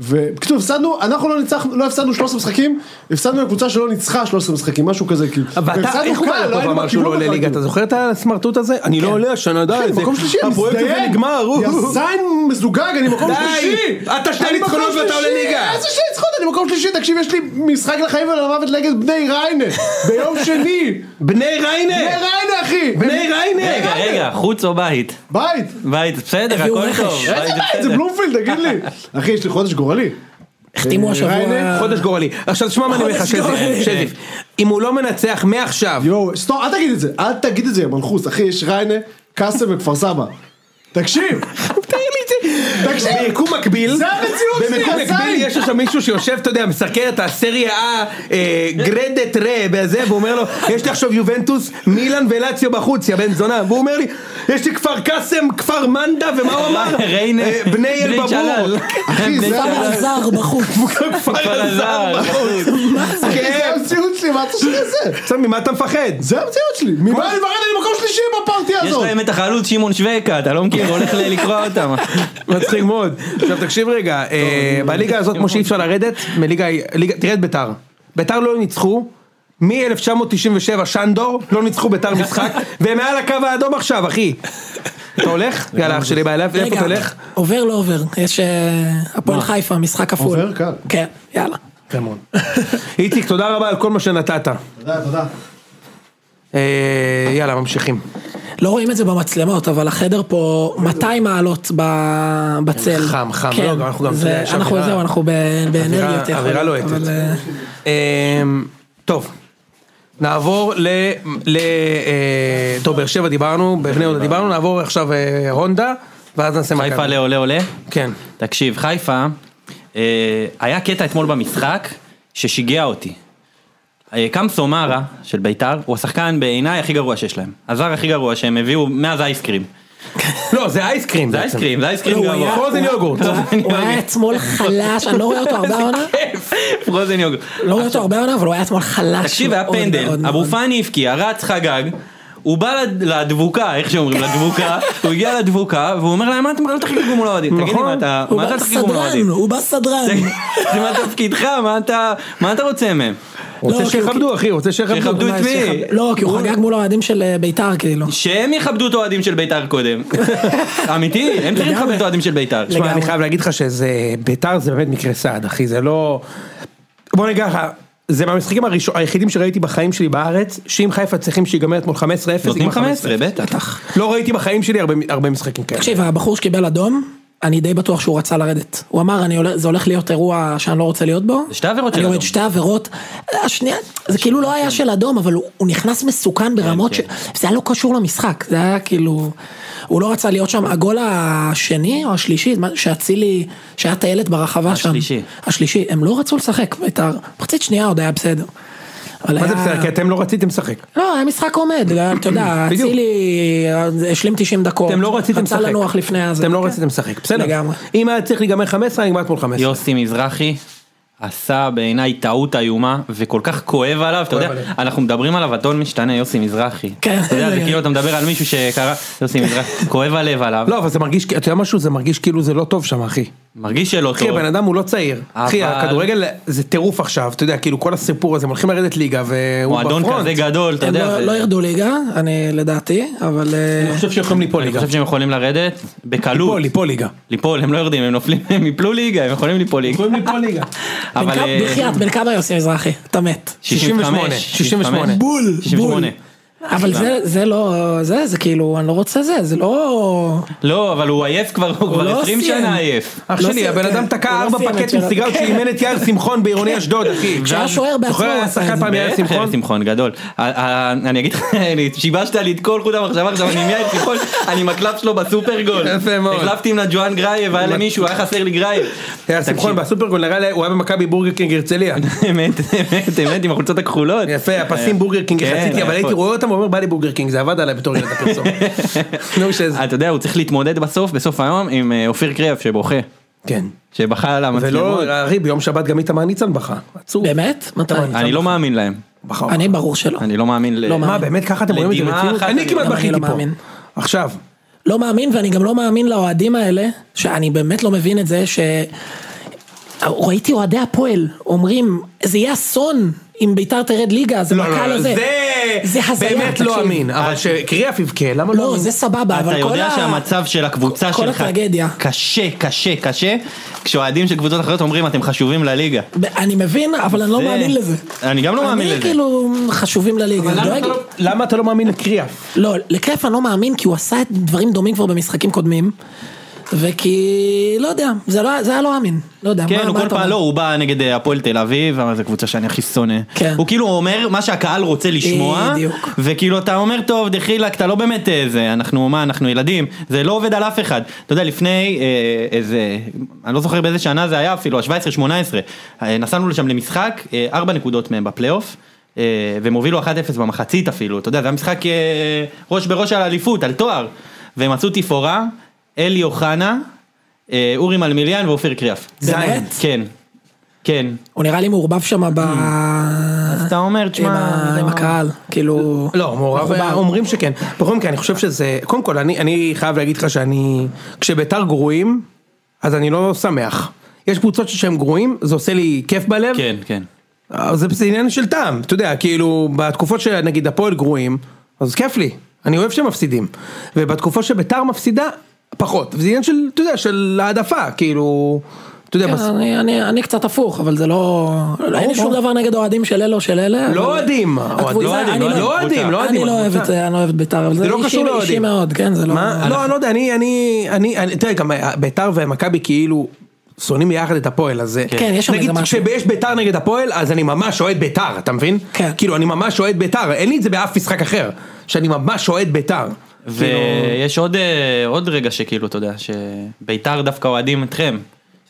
ובקיצור הפסדנו, אנחנו לא ניצחנו, לא הפסדנו 13 משחקים, הפסדנו לקבוצה שלא ניצחה 13 משחקים, משהו כזה, כאילו, ואתה, והפסדנו איך קל, הוא לא בא היינו לפה ואמר שהוא לא בכיוון עולה בכלל, ליגה, אתה כאילו. זוכר את הסמרטוט הזה? אני לא עולה השנה, די, אחי, זה- כן. מקום שלישי, אני הפרויקט הזה מזדייק. נגמר, הוא- יא זין מזוגג, אני מקום די, שלישי. אתה שני אני מקום ניצחונות ואתה עולה שלישי, ליגה. איזה שני ניצחונות, אני מקום שלישי, תקשיב, יש לי משחק לחיים ולמוות נגד בני ריינה, ביום (laughs) שני. בני בני ריינה! ריינה, אחי. בני ריינה! רגע, רגע, חוץ או בית? בית. בית, בסדר, הביאו הכל רכש. טוב. איזה איזה בית? זה בסדר. בלומפילד, תגיד לי. (laughs) אחי, יש לי חודש גורלי. החתימו השבוע... ריינה, חודש גורלי. עכשיו תשמע מה אני אומר לך, חודש שזיף, גורלי. שזיף. אם הוא לא מנצח מעכשיו, יואו, סטופ, אל תגיד את זה, אל תגיד את זה, יא מנחוס. אחי, יש ריינה, קאסם וכפר סבא. (laughs) תקשיב, תאר לי את זה. תקשיב. ביקום מקביל, זה המציאות שלי, במקום הזין. מקביל יש עכשיו מישהו שיושב, אתה יודע, מסקר את הסריה A, אה, גרדת רה, בזה, והוא אומר לו, יש לי עכשיו יובנטוס, מילאן ולציו בחוץ, יא בן זונה, והוא אומר לי, יש לי כפר קאסם, כפר מנדה, ומה הוא (laughs) אמר? ריינה, אה, בני שלל. אלבבור. אחי, בני זה שלל. כפר הזר בחוץ. כפר כפר אלזר אלזר. בחוץ. אחי, כן. זה המציאות שלי, מה אתה שני זה? עכשיו, ממה אתה מפחד? זה המציאות שלי. ממה אני מפחד? אני מקום שלישי בפרטיה יש הזאת. להם את החלוץ שמעון שווקה, אתה לא מכיר, הולך ל- לקרוע אותם. מצחיק מאוד. עכשיו תקשיב רגע, אה, בליגה הזאת כמו שאי אפשר לרדת, מליגה, ליגה- תראה את ביתר. ביתר לא ניצחו. מ-1997 שנדור לא ניצחו ביתר משחק והם מעל הקו האדום עכשיו אחי. אתה הולך? יאללה אח שלי בא אליו, איפה רגע, אתה הולך? עובר לא עובר, יש אה, הפועל חיפה, משחק כפול. עובר? קל. כן, יאללה. רמון. איציק תודה רבה על כל מה שנתת. תודה, תודה. אה, יאללה ממשיכים. לא רואים את זה במצלמות, אבל החדר פה 200 מעלות ב- בצל. חם, חם, כן, לא, אנחנו גם- זה- אתה יודע, יש אנחנו אווירה- זהו, אנחנו ב- אווירה- באנרגיות. יכול אווירה להיות, לוהטת. אבל, אה, אמ, טוב. נעבור ל... ל... אה, טוב, באר שבע דיברנו, בבני יהודה דיברנו, נעבור עכשיו אה, הונדה, ואז נעשה מכבי. חיפה לעולה עולה. כן. תקשיב, חיפה, אה, היה קטע אתמול במשחק ששיגע אותי. אה, קמסו מארה של ביתר, הוא השחקן בעיניי הכי גרוע שיש להם. הזר הכי גרוע שהם הביאו מאז אייסקרים. לא, זה אייסקרים. זה בעצם. אייסקרים, זה אייסקרים לא, הוא גרוע. היה- פרוזן הוא- יוגורט. הוא היה- הוא היה אתמול חלש, אני לא רואה אותו הרבה עונה. (laughs) פרוזן יוגורט. לא רואה אותו הרבה עונה, אבל הוא היה אתמול חלש. תקשיב, היה מאוד, מאוד, פנדל, מאוד. אבו פאני הבקיע, רץ חגג. הוא בא לד- לדבוקה, איך שאומרים, לדבוקה, הוא הגיע לדבוקה, והוא אומר להם, מה אתם לא תחגגו מול האוהדים? תגיד לי, נכון. מה אתה הוא מה בא אתה תחגגו מול סדרן, האוהדים? הוא בא סדרן. זה מה תפקידך, מה אתה- מה אתה רוצה מהם? רוצה לא, כי הוא- שיכבדו, אחי, רוצה שיכבדו. שיכבדו את מה, יש מי? לך- לא, כי הוא חגג מול האוהדים של אה, ביתר, כאילו. שהם יכבדו את האוהדים של ביתר קודם. אמיתי, הם לגמרי. צריכים לכבד את האוהדים של ביתר. תשמע, אני לגמרי. חייב להגיד לך שזה... ביתר זה באמת מקרה סעד, אחי, זה לא... בוא נגיד לך, זה מהמשחקים הראשון- היחידים שראיתי בחיים שלי בארץ, שאם חיפה צריכים שיגמר אתמול 15-0, נותנים נגמר 15, בטח. בטח. לא ראיתי בחיים שלי הרבה- הרבה משחקים כאלה. תקשיב, הבחור שקיבל אדום, אני די בטוח שהוא רצה לרדת. הוא אמר, אני הולך- זה הולך להיות אירוע שאני לא רוצה להיות בו. זה שתי עבירות של אני רואה את אדום. כן. שתי עבירות. השנייה, זה כאילו לא היה של אדום, אבל הוא- הוא נכנס מסוכן ברמות ש... זה היה לא קשור למשחק, זה היה כאילו... הוא לא רצה להיות שם, הגול השני או השלישי, מה- שאצילי, שהיה טיילת ברחבה שם. השלישי. השלישי. הם לא רצו לשחק, בית"ר. מחצית שנייה עוד היה בסדר. אבל מה זה היה- בסדר? כי אתם לא רציתם לשחק. לא, היה משחק עומד, אתה יודע, בדיוק. אצילי השלים 90 דקות. אתם לא רציתם לשחק. רצה לנוח לפני הזה. אתם לא כן. רציתם לשחק, בסדר. לגמרי. אם היה צריך להיגמר 15, נגמר אתמול 15. יוסי מזרחי עשה בעיניי טעות איומה וכל כך כואב עליו, אתה יודע, עליו. אנחנו מדברים עליו אדון משתנה יוסי מזרחי. כן, אתה יודע, זה רגע. כאילו אתה מדבר על מישהו שקרא, יוסי מזרחי, כואב הלב עליו. לא, אבל זה מרגיש, אתה יודע משהו? זה מרגיש כאילו זה לא טוב שם, אחי. מרגיש שלא אחי, טוב. הבן אדם הוא לא צעיר. אחי, אבל- הכדורגל זה טירוף עכשיו, אתה יודע, כאילו כל הסיפור הזה, הם הולכים לרדת ליגה, והוא מועדון בפרונט. כזה גדול, אתה הם יודע. לא- זה- לא ירדו ליגה, אני לדעתי, אבל... אה, אני חושב שיכולים ליפול אני ליגה. חושב שהם יכולים לרדת בקלות. ליפול, ליפול ליגה. ליפול, הם לא יורדים, הם נופלים, (laughs) הם יפלו ליגה, הם יכולים ליפול ליגה. יכולים ליפול ליגה. בן אבל... כמה- אה, בחייאת, בן כמה יוסי מזרחי, אתה מת. 68, 68. בול, 68. בול. אבל זה, זה לא, זה, זה כאילו, אני לא רוצה זה, זה לא... לא, אבל הוא עייף כבר, הוא כבר לא 20 סיים. שנה (laughs) עייף. אח לא שלי, סיים, הבן כן. אדם הוא תקע לא ארבע סיים את פקט שלו. עם סיגר כן. שאימן את יאיר שמחון בעירוני אשדוד, אחי. כשהיה ואז- שוער בעצמו כן. זוכר הוא היה עשה שחקן את זה. פעם יאיר בטח, שמחון? ארז כן, שמחון גדול. אה, אה, אני אגיד (laughs) לך, אני- שיבשת לי את כל חוט המחשבה עכשיו, אני עם יאיר שמחון, אני עם הקלף שלו בסופר גול. יפה מאוד. החלפתי עם נג'ואן גרייב, היה למישהו, היה חסר לי גרייב. יאיר שמחון בסופרגול, נראה לי הוא היה במכבי בורגר קינג הרצליה. (laughs) אמת, אמת, אמת, עם החולצות הכחולות. יפה, הפסים בורגר קינג כן, רציתי, אבל היה הייתי יפה. רואה אותם ואומר בא לי בורגר קינג, זה עבד עליי בתור ילד (laughs) הפרסום. נו שזה. אה, אתה יודע, הוא צריך להתמודד בסוף, בסוף היום, עם אה, אופיר קריאב שבוכה. כן. שבכה על המצלמות. ולא, אחי, ביום שבת גם איתמר ניצן בכה. עצוב. באמת? מתי? אני לא מאמין להם. בכה. אני ברור שלא. אני לא מאמין ל... לא מה, מאמין. באמת ככה אתם רואים את זה לדמעה בציון? אחת אני אני כמעט לא בכיתי פה. מאמין. עכשיו. לא מאמין, ואני גם לא מאמין לאוהדים האלה, שאני באמת לא מבין את זה, ש... ראיתי אוהדי הפועל אומרים, זה יהיה אסון אם ביתר תרד ליגה, זה לא, לא, בקהל לא, הזה. זה זה הזיה, באמת לא תקשיב. אמין, אבל שקריאף יבכה, למה לא לא, אמין? זה סבבה, אתה אבל כל יודע ה... שהמצב של הקבוצה כל שלך הטרגדיה. קשה, קשה, קשה, כשאוהדים של קבוצות אחרות אומרים אתם חשובים לליגה. אני מבין, אבל אני לא זה- מאמין לזה. אני גם לא מאמין אני לזה. כאילו חשובים לליגה. למה דואג- אתה לא- למה אתה לא מאמין לקריאף? לא, לקרף אני לא מאמין כי הוא עשה את דברים דומים כבר במשחקים קודמים. וכי, לא יודע, זה, לא, זה היה לא אמין, לא יודע. כן, מה- הוא מה כל אתה פעם, אומר? לא, הוא בא נגד אה, הפועל תל אביב, אבל זו קבוצה שאני הכי שונא. כן. הוא כאילו אומר מה שהקהל רוצה לשמוע, בדיוק. וכאילו אתה אומר, טוב, דחילק, אתה לא באמת אה, זה, אנחנו, מה, אנחנו ילדים, זה לא עובד על אף אחד. אתה יודע, לפני אה, איזה, אני לא זוכר באיזה שנה זה היה אפילו, ה-17-18, אה, נסענו לשם למשחק, אה, ארבע נקודות מהם בפלייאוף. אה, והם הובילו 1-0 במחצית אפילו, אתה יודע, זה היה משחק אה, ראש בראש על אליפות, על תואר. והם מצאו תפאורה, אלי אוחנה, אה, אורי מלמיליאן ואופיר קריאף. באמת? כן, כן. הוא נראה לי מעורבב שם ב... אז אתה אומר, אה, עם, תשמע, לא." ה... עם הקהל, כאילו... לא, מעורב, מחובר. אומרים שכן. בכל מקרה, אני חושב שזה, קודם כל, אני- אני חייב להגיד לך שאני, כשביתר גרועים, אז אני לא שמח. יש קבוצות שהם גרועים, זה עושה לי כיף בלב, כן, כן. אבל זה זה עניין של טעם, אתה יודע, כאילו, בתקופות שנגיד הפועל גרועים, אז כיף לי, אני אוהב שמפסידים, ובתקופות שביתר מפסידה, פחות, זה עניין של, אתה יודע, של העדפה, כאילו, אתה יודע, כן, בס- אני, אני, אני קצת הפוך, אבל זה לא... אין לי שום ברור. דבר נגד אוהדים של אלה או של אלה. לא אבל- אוהדים, הקבוצה, לא אוהדים, אני לא לא- אוהדים, לא אוהדים, אני לא אוהב את הקבוצה. זה, אני לא אוהב את בית"ר, אבל זה, זה לא אישי, קשור לאוהדים. אישי מאוד, כן, זה לא... מה? לא, אני לא יודע, אני, אני, אני, אני- תראה, גם אה, ביתר ומכבי כאילו... שונאים ביחד את הפועל אז אה, כן, יש שם נגיד איזה משהו. כשיש ביתר נגד הפועל אז אני ממש אוהד ביתר אתה מבין? כן. כאילו אני ממש אוהד ביתר אין לי את זה באף משחק אחר שאני ממש אוהד ביתר. כאילו- ויש עוד אה, עוד רגע שכאילו, אתה יודע, שביתר דווקא אוהדים אתכם,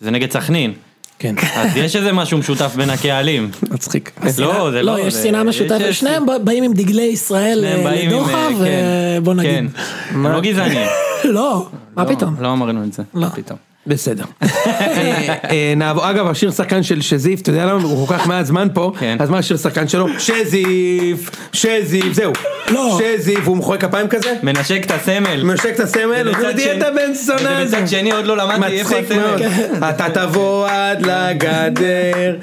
שזה נגד סכנין. (laughs) כן. אז יש איזה משהו משותף בין הקהלים. מצחיק. לא, זה לא. לא, יש זה- שנאה משותפת, יש- שניהם ב- באים עם דגלי ישראל שניהם אה, באים עם, לדוחה, אה, כן, ובוא נגיד. כן. הם לא גזענים. (laughs) לא, מה פתאום? לא אמרנו את זה. לא. פתאום. בסדר. (laughs) אה, אה, נעבור, אגב, השיר שחקן של שזיף, אתה יודע למה? הוא כל כך מעט זמן פה, כן. אז מה השיר שחקן שלו? שזיף, שזיף, זהו. לא. שזיף, הוא מוחא כפיים כזה? מנשק את הסמל. מנשק את הסמל, הוא ובצד דיאטה שני- בן זונה הזה. ובצד שני עוד לא למדתי איפה מצחיק הסמל. מאוד. כן. אתה תבוא עד לגדר.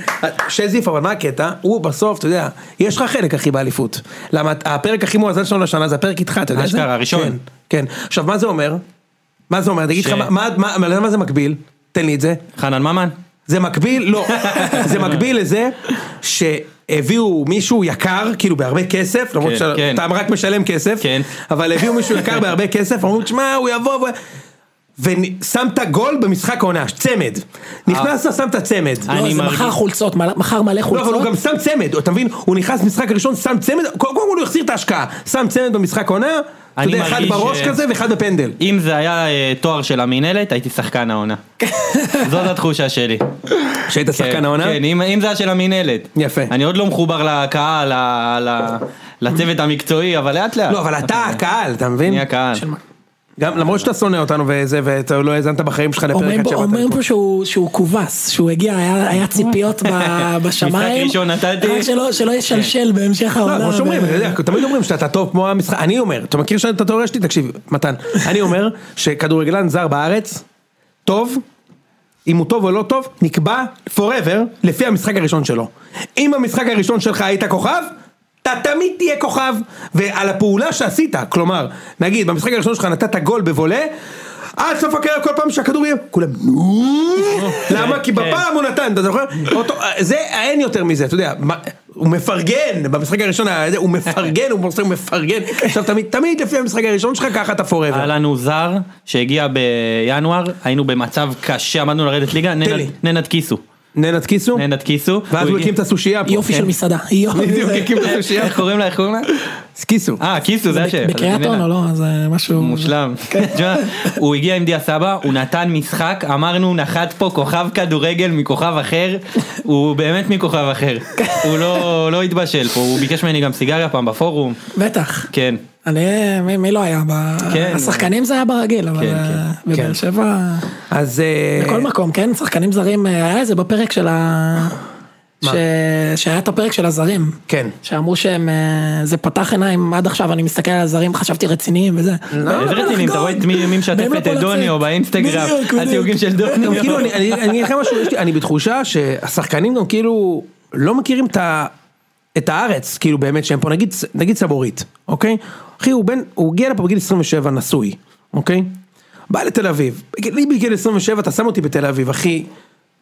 שזיף, אבל מה הקטע? הוא בסוף, אתה יודע, יש לך חלק הכי באליפות. למה הפרק הכי מואזן שלנו השנה זה הפרק איתך, אתה יודע את זה? אשכרה, הראשון. כן, כן. עכשיו, מה זה אומר? מה זה אומר? תגיד לך, ש- מה- מה- מה- מה- למה זה מקביל? תן לי את זה. חנן ממן? זה מקביל, (laughs) לא, זה מקביל לזה שהביאו מישהו יקר, כאילו בהרבה כסף, למרות כן, שאתה כן. רק משלם כסף, כן. אבל הביאו מישהו יקר בהרבה כסף, אמרו, תשמע, הוא יבוא, והוא-" ושמת גול במשחק העונה, צמד, אה. נכנסת, שמת צמד. אני לא, זה מרגיש- מכר חולצות, מלא- מכר מלא לא, אבל הוא חולצות. גם שם צמד, אתה מבין? הוא נכנס למשחק הראשון, שם צמד, קודם כל הוא החזיר את ההשקעה, שם צמד במשחק העונה, אתה אני יודע, אחד מרגיש בראש ש- כזה ואחד בפנדל. אם זה היה אה, תואר של המינהלת, הייתי (laughs) שחקן העונה. זאת התחושה שלי. שהיית כן, שחקן העונה? כן, אם אם זה היה של המינהלת. יפה. אני עוד לא מחובר לקהל, ל- ל- לצוות המקצועי, אבל לאט לאט. לא, אבל אתה הקהל, אתה מבין? אני הקהל. גם למרות שאתה שונא אותנו וזה ואתה לא האזנת בחיים שלך לפרק אומרים עד פה- שבאת. אומרים לפה. פה שהוא- שהוא כובס, שהוא הגיע, היה היה ציפיות ב- בשמיים. ראשון נתתי. רק שלא- שלא ישלשל בהמשך לא, העונה. כמו שאומרים, ו- אתה יודע, תמיד אומרים שאתה טוב כמו המשחק, אני אומר, אתה מכיר שאת התיאוריה שלי? תקשיב, מתן, אני אומר שכדורגלן זר בארץ, טוב, אם הוא טוב או לא טוב, נקבע forever לפי המשחק הראשון שלו. אם המשחק הראשון שלך היית כוכב, אתה תמיד תהיה כוכב, ועל הפעולה שעשית, כלומר, נגיד במשחק הראשון שלך נתת גול בבולה, עד סוף הקריירה כל פעם שהכדור יהיה, כולם נו, למה? כי בפעם הוא נתן, אתה זוכר? אותו- זה, אין יותר מזה, אתה יודע, מה- הוא מפרגן, במשחק הראשון היה זה, הוא מפרגן, הוא מוסר, הוא מפרגן, עכשיו תמיד, תמיד לפי המשחק הראשון שלך, ככה אתה היה forever. לנו זר שהגיע בינואר, היינו במצב קשה, עמדנו לרדת ליגה, ננת- לי. ננת כיסו. ננת כיסו, ננת כיסו. ואז הוא הגיע- הקים (laughs) את הסושייה פה. יופי כן. של מסעדה. יופי. בדיוק, כן, הקים את (laughs) הסושייה. איך קוראים לה? איך קוראים לה? כיסו. אה, כיסו, זה השם. בקריאטון או לא? זה משהו... מושלם. תשמע, הוא הגיע עם דיה סבא, הוא נתן משחק, אמרנו נחת פה כוכב כדורגל מכוכב אחר, הוא באמת מכוכב אחר. הוא לא לא התבשל פה, הוא ביקש ממני גם סיגריה פעם בפורום, בטח. כן. אני, מי, מי לא היה? ב... כן, השחקנים זה היה ברגיל, אבל כן, אה, כן. בבאר כן. שבע, אז... אה, בכל מקום, כן? שחקנים זרים, אה, היה איזה בפרק של ה... ש... שהיה את הפרק של הזרים. כן. שאמרו שהם, אה, זה פתח עיניים עד עכשיו, אני מסתכל על הזרים, חשבתי רציניים וזה. לא, איזה אבל רצינים, אתה רואה את מי מי משתף לא, באים את לפה לצאת. דוניו באינסטגרם, בדיוק, בדיוק. התיוגים של גם כאילו, דוניו. אני- אני אני אגיד לך משהו, יש לי- אני בתחושה שהשחקנים גם כאילו לא מכירים את ה... את הארץ, כאילו באמת שהם פה, נגיד, נגיד סבורית, אוקיי? אחי, הוא בן, הוא הגיע לפה בגיל 27 נשוי, אוקיי? בא לתל אביב, בגיל- לי בגיל 27 אתה שם אותי בתל אביב, אחי,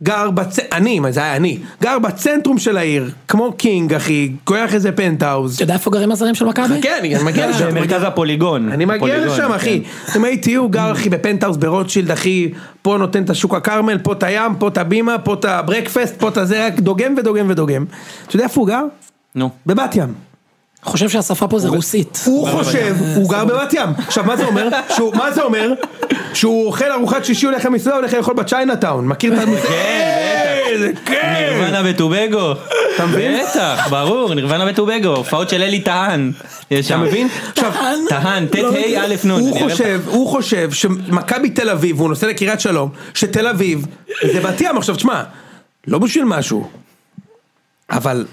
גר בצ... אני, מה זה היה אני, גר בצנטרום של העיר, כמו קינג, אחי, קויח איזה פנטהאוז. אתה יודע איפה גרים הזרים של מכבי? כן, אני מגיע לשם. במרכז הפוליגון. אני מגיע הפוליגון, כן. לשם אחי, אם הייתי הוא גר אחי בפנטהאוס ברוטשילד אחי, פה נותן את השוק הכרמל, פה את הים, פה את הבימה, פה את הברקפסט, פה את הזה, רק דוגם ודוגם ודוגם. אתה יודע איפה הוא גר? כן. נו. בבת ים. חושב שהשפה פה זה רוסית. הוא חושב, הוא גר בבת ים. עכשיו מה זה אומר? שהוא- מה זה אומר? שהוא אוכל ארוחת שישי הולך למסעדה הולך לאכול בצ'יינה טאון, מכיר את המסעדה? כן, בטח. כן. נירוונה וטובגו. אתה מבין? בטח, ברור, נירוונה וטובגו, הופעות של אלי טהן. יש שם. אתה מבין? עכשיו, טען. טהן, טה לא מכיר. א' נ'. הוא חושב, הוא חושב שמכבי תל אביב, הוא נוסע לקריית שלום, שתל אביב, זה בת ים עכשיו, תשמע, לא בשביל משהו, אבל,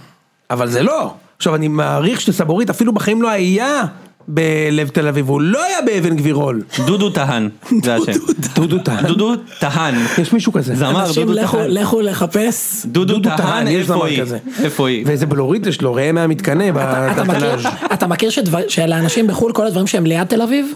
אבל זה לא. עכשיו אני מעריך שסבורית אפילו בחיים לא היה בלב תל אביב, הוא לא היה באבן גבירול. דודו טהן, זה השם. דודו טהן. דודו טהן. יש מישהו כזה. זמר אנשים דודו לכו- טהן. לכו לחפש. דודו טהן, יש איפה זמר היא? כזה. איפה היא? ואיזה בלורית יש לו, ראה מהמתקנא. אתה- אתה מכיר- בתחנה. אתה מכיר שדבר- שלאנשים בחו"ל כל הדברים שהם ליד תל אביב?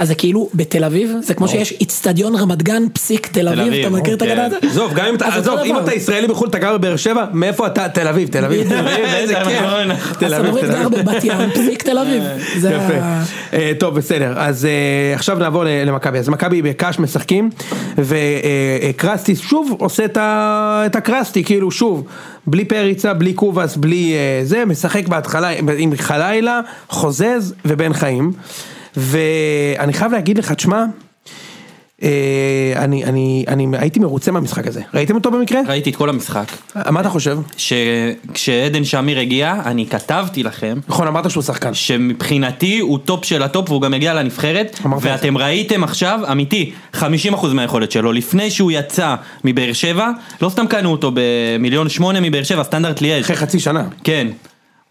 אז זה כאילו בתל אביב, זה כמו שיש איצטדיון רמת גן פסיק תל אביב, אביב, אתה מכיר את כן. הגדה הזאת? עזוב, גם אם אתה, אז זה אותו עזוב, לא. אם דבר. אתה ישראלי בחו"ל, אתה גר בבאר שבע, מאיפה אתה? תל אביב, תל אביב, תל אביב, איזה בטח, כיף. נכון. תל אז אביב, סבורית תל גר אביב. בבת ים, פסיק תל אביב. זה יפה. ה- אה, טוב בסדר אז אה, עכשיו נעבור ל- למכבי אז מכבי בקאש משחקים וקרסטי שוב עושה את ה- את הקרסטי כאילו שוב בלי פריצה בלי קובאס בלי אה, זה משחק בהתחלה עם חלילה חוזז ובן חיים ואני חייב להגיד לך תשמע. אה, אני, אני, אני הייתי מרוצה מהמשחק הזה, ראיתם אותו במקרה? ראיתי את כל המשחק. מה אתה חושב? שכשעדן שמיר הגיע, אני כתבתי לכם. נכון אמרת שהוא שחקן. שמבחינתי הוא טופ של הטופ והוא גם יגיע לנבחרת אמרת את ואתם ראיתם עכשיו אמיתי 50% מהיכולת שלו לפני שהוא יצא מבאר שבע לא סתם קנו אותו במיליון שמונה מבאר שבע סטנדרט ליאז' אחרי חצי שנה. כן.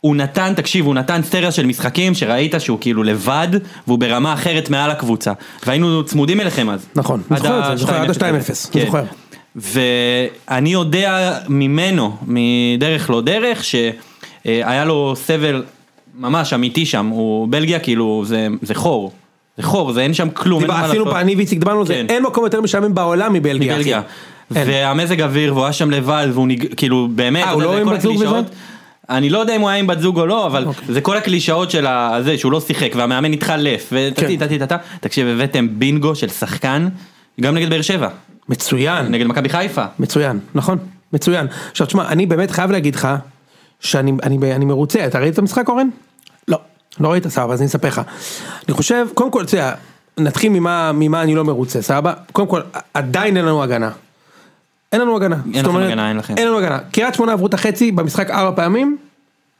הוא נתן, תקשיב, הוא נתן סטריה של משחקים שראית שהוא כאילו לבד והוא ברמה אחרת מעל הקבוצה. והיינו צמודים אליכם אז. נכון, אני עד זוכר את זה, ה- זוכר, עד 2-0. ה- 2-0, אני כן. זוכר. ואני יודע ממנו, מדרך לא דרך, שהיה לו סבל ממש אמיתי שם, הוא בלגיה כאילו זה, זה חור, זה חור, זה אין שם כלום, אין דיבר- מה עשינו לעשות. פה, אני ואיציק דיברנו על זה, כן. אין מקום יותר משעמם בעולם מבלגיה. מבלגיה. אחי. אין. והמזג אוויר והוא היה שם לבד והוא נג... כאילו באמת, אה, אתה הוא יודע, לא זה עם כל בת זוג אוקיי. הקלישאות. לבד? אני לא יודע אם הוא היה עם בת זוג או לא, אבל זה כל הקלישאות של ה- זה שהוא לא שיחק והמאמן התחלף וטטי כן. טטי טטה. תקשיב הבאתם בינגו של שחקן גם נגד באר שבע, מצוין, נגד מכבי חיפה. מצוין, נכון, מצוין. עכשיו תשמע, אני באמת חייב להגיד לך, שאני אני- אני מרוצה, אתה ראית את המשחק אורן? לא. לא ראית סבבה, אז אני אספר לך. אני חושב, קודם כל, אתה יודע, נתחיל ממה ממה אני לא מרוצה, סבבה? קודם כל, עדיין אין לנו הגנה. אין לנו הגנה. זאת לכם אומרת, הגנה, אין לכם. אין לנו הגנה. קריית שמונה עברו את החצי במשחק ארבע פעמים,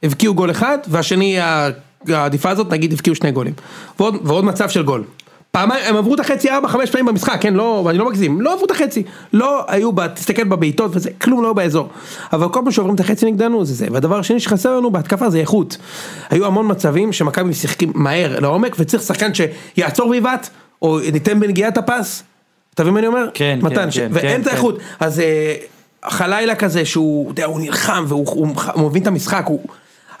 הבקיעו גול אחד, והשני, ה- העדיפה הזאת, נגיד הבקיעו שני גולים. ועוד, ועוד מצב של גול. פעמיים, הם עברו את החצי ארבע, חמש פעמים במשחק, כן, לא, אני לא מגזים, לא עברו את החצי, לא היו, ב- תסתכל בבעיטות וזה, כלום לא היה באזור. אבל כל פעם שעוברים את החצי נגדנו זה זה, והדבר השני שחסר לנו בהתקפה זה איכות. היו המון מצבים שמכבי משחקים מהר לעומק, וצריך שחקן שיעצור ויבעט, או ניתן בנגיעת הפס, אתה מבין מה אני אומר? כן, מתן, כן, ש... כן, ואין כן, את האיכות. אז אה, חלילה כזה שהוא, אתה יודע, הוא נלחם והוא הוא, מח- הוא מבין את המשחק, הוא...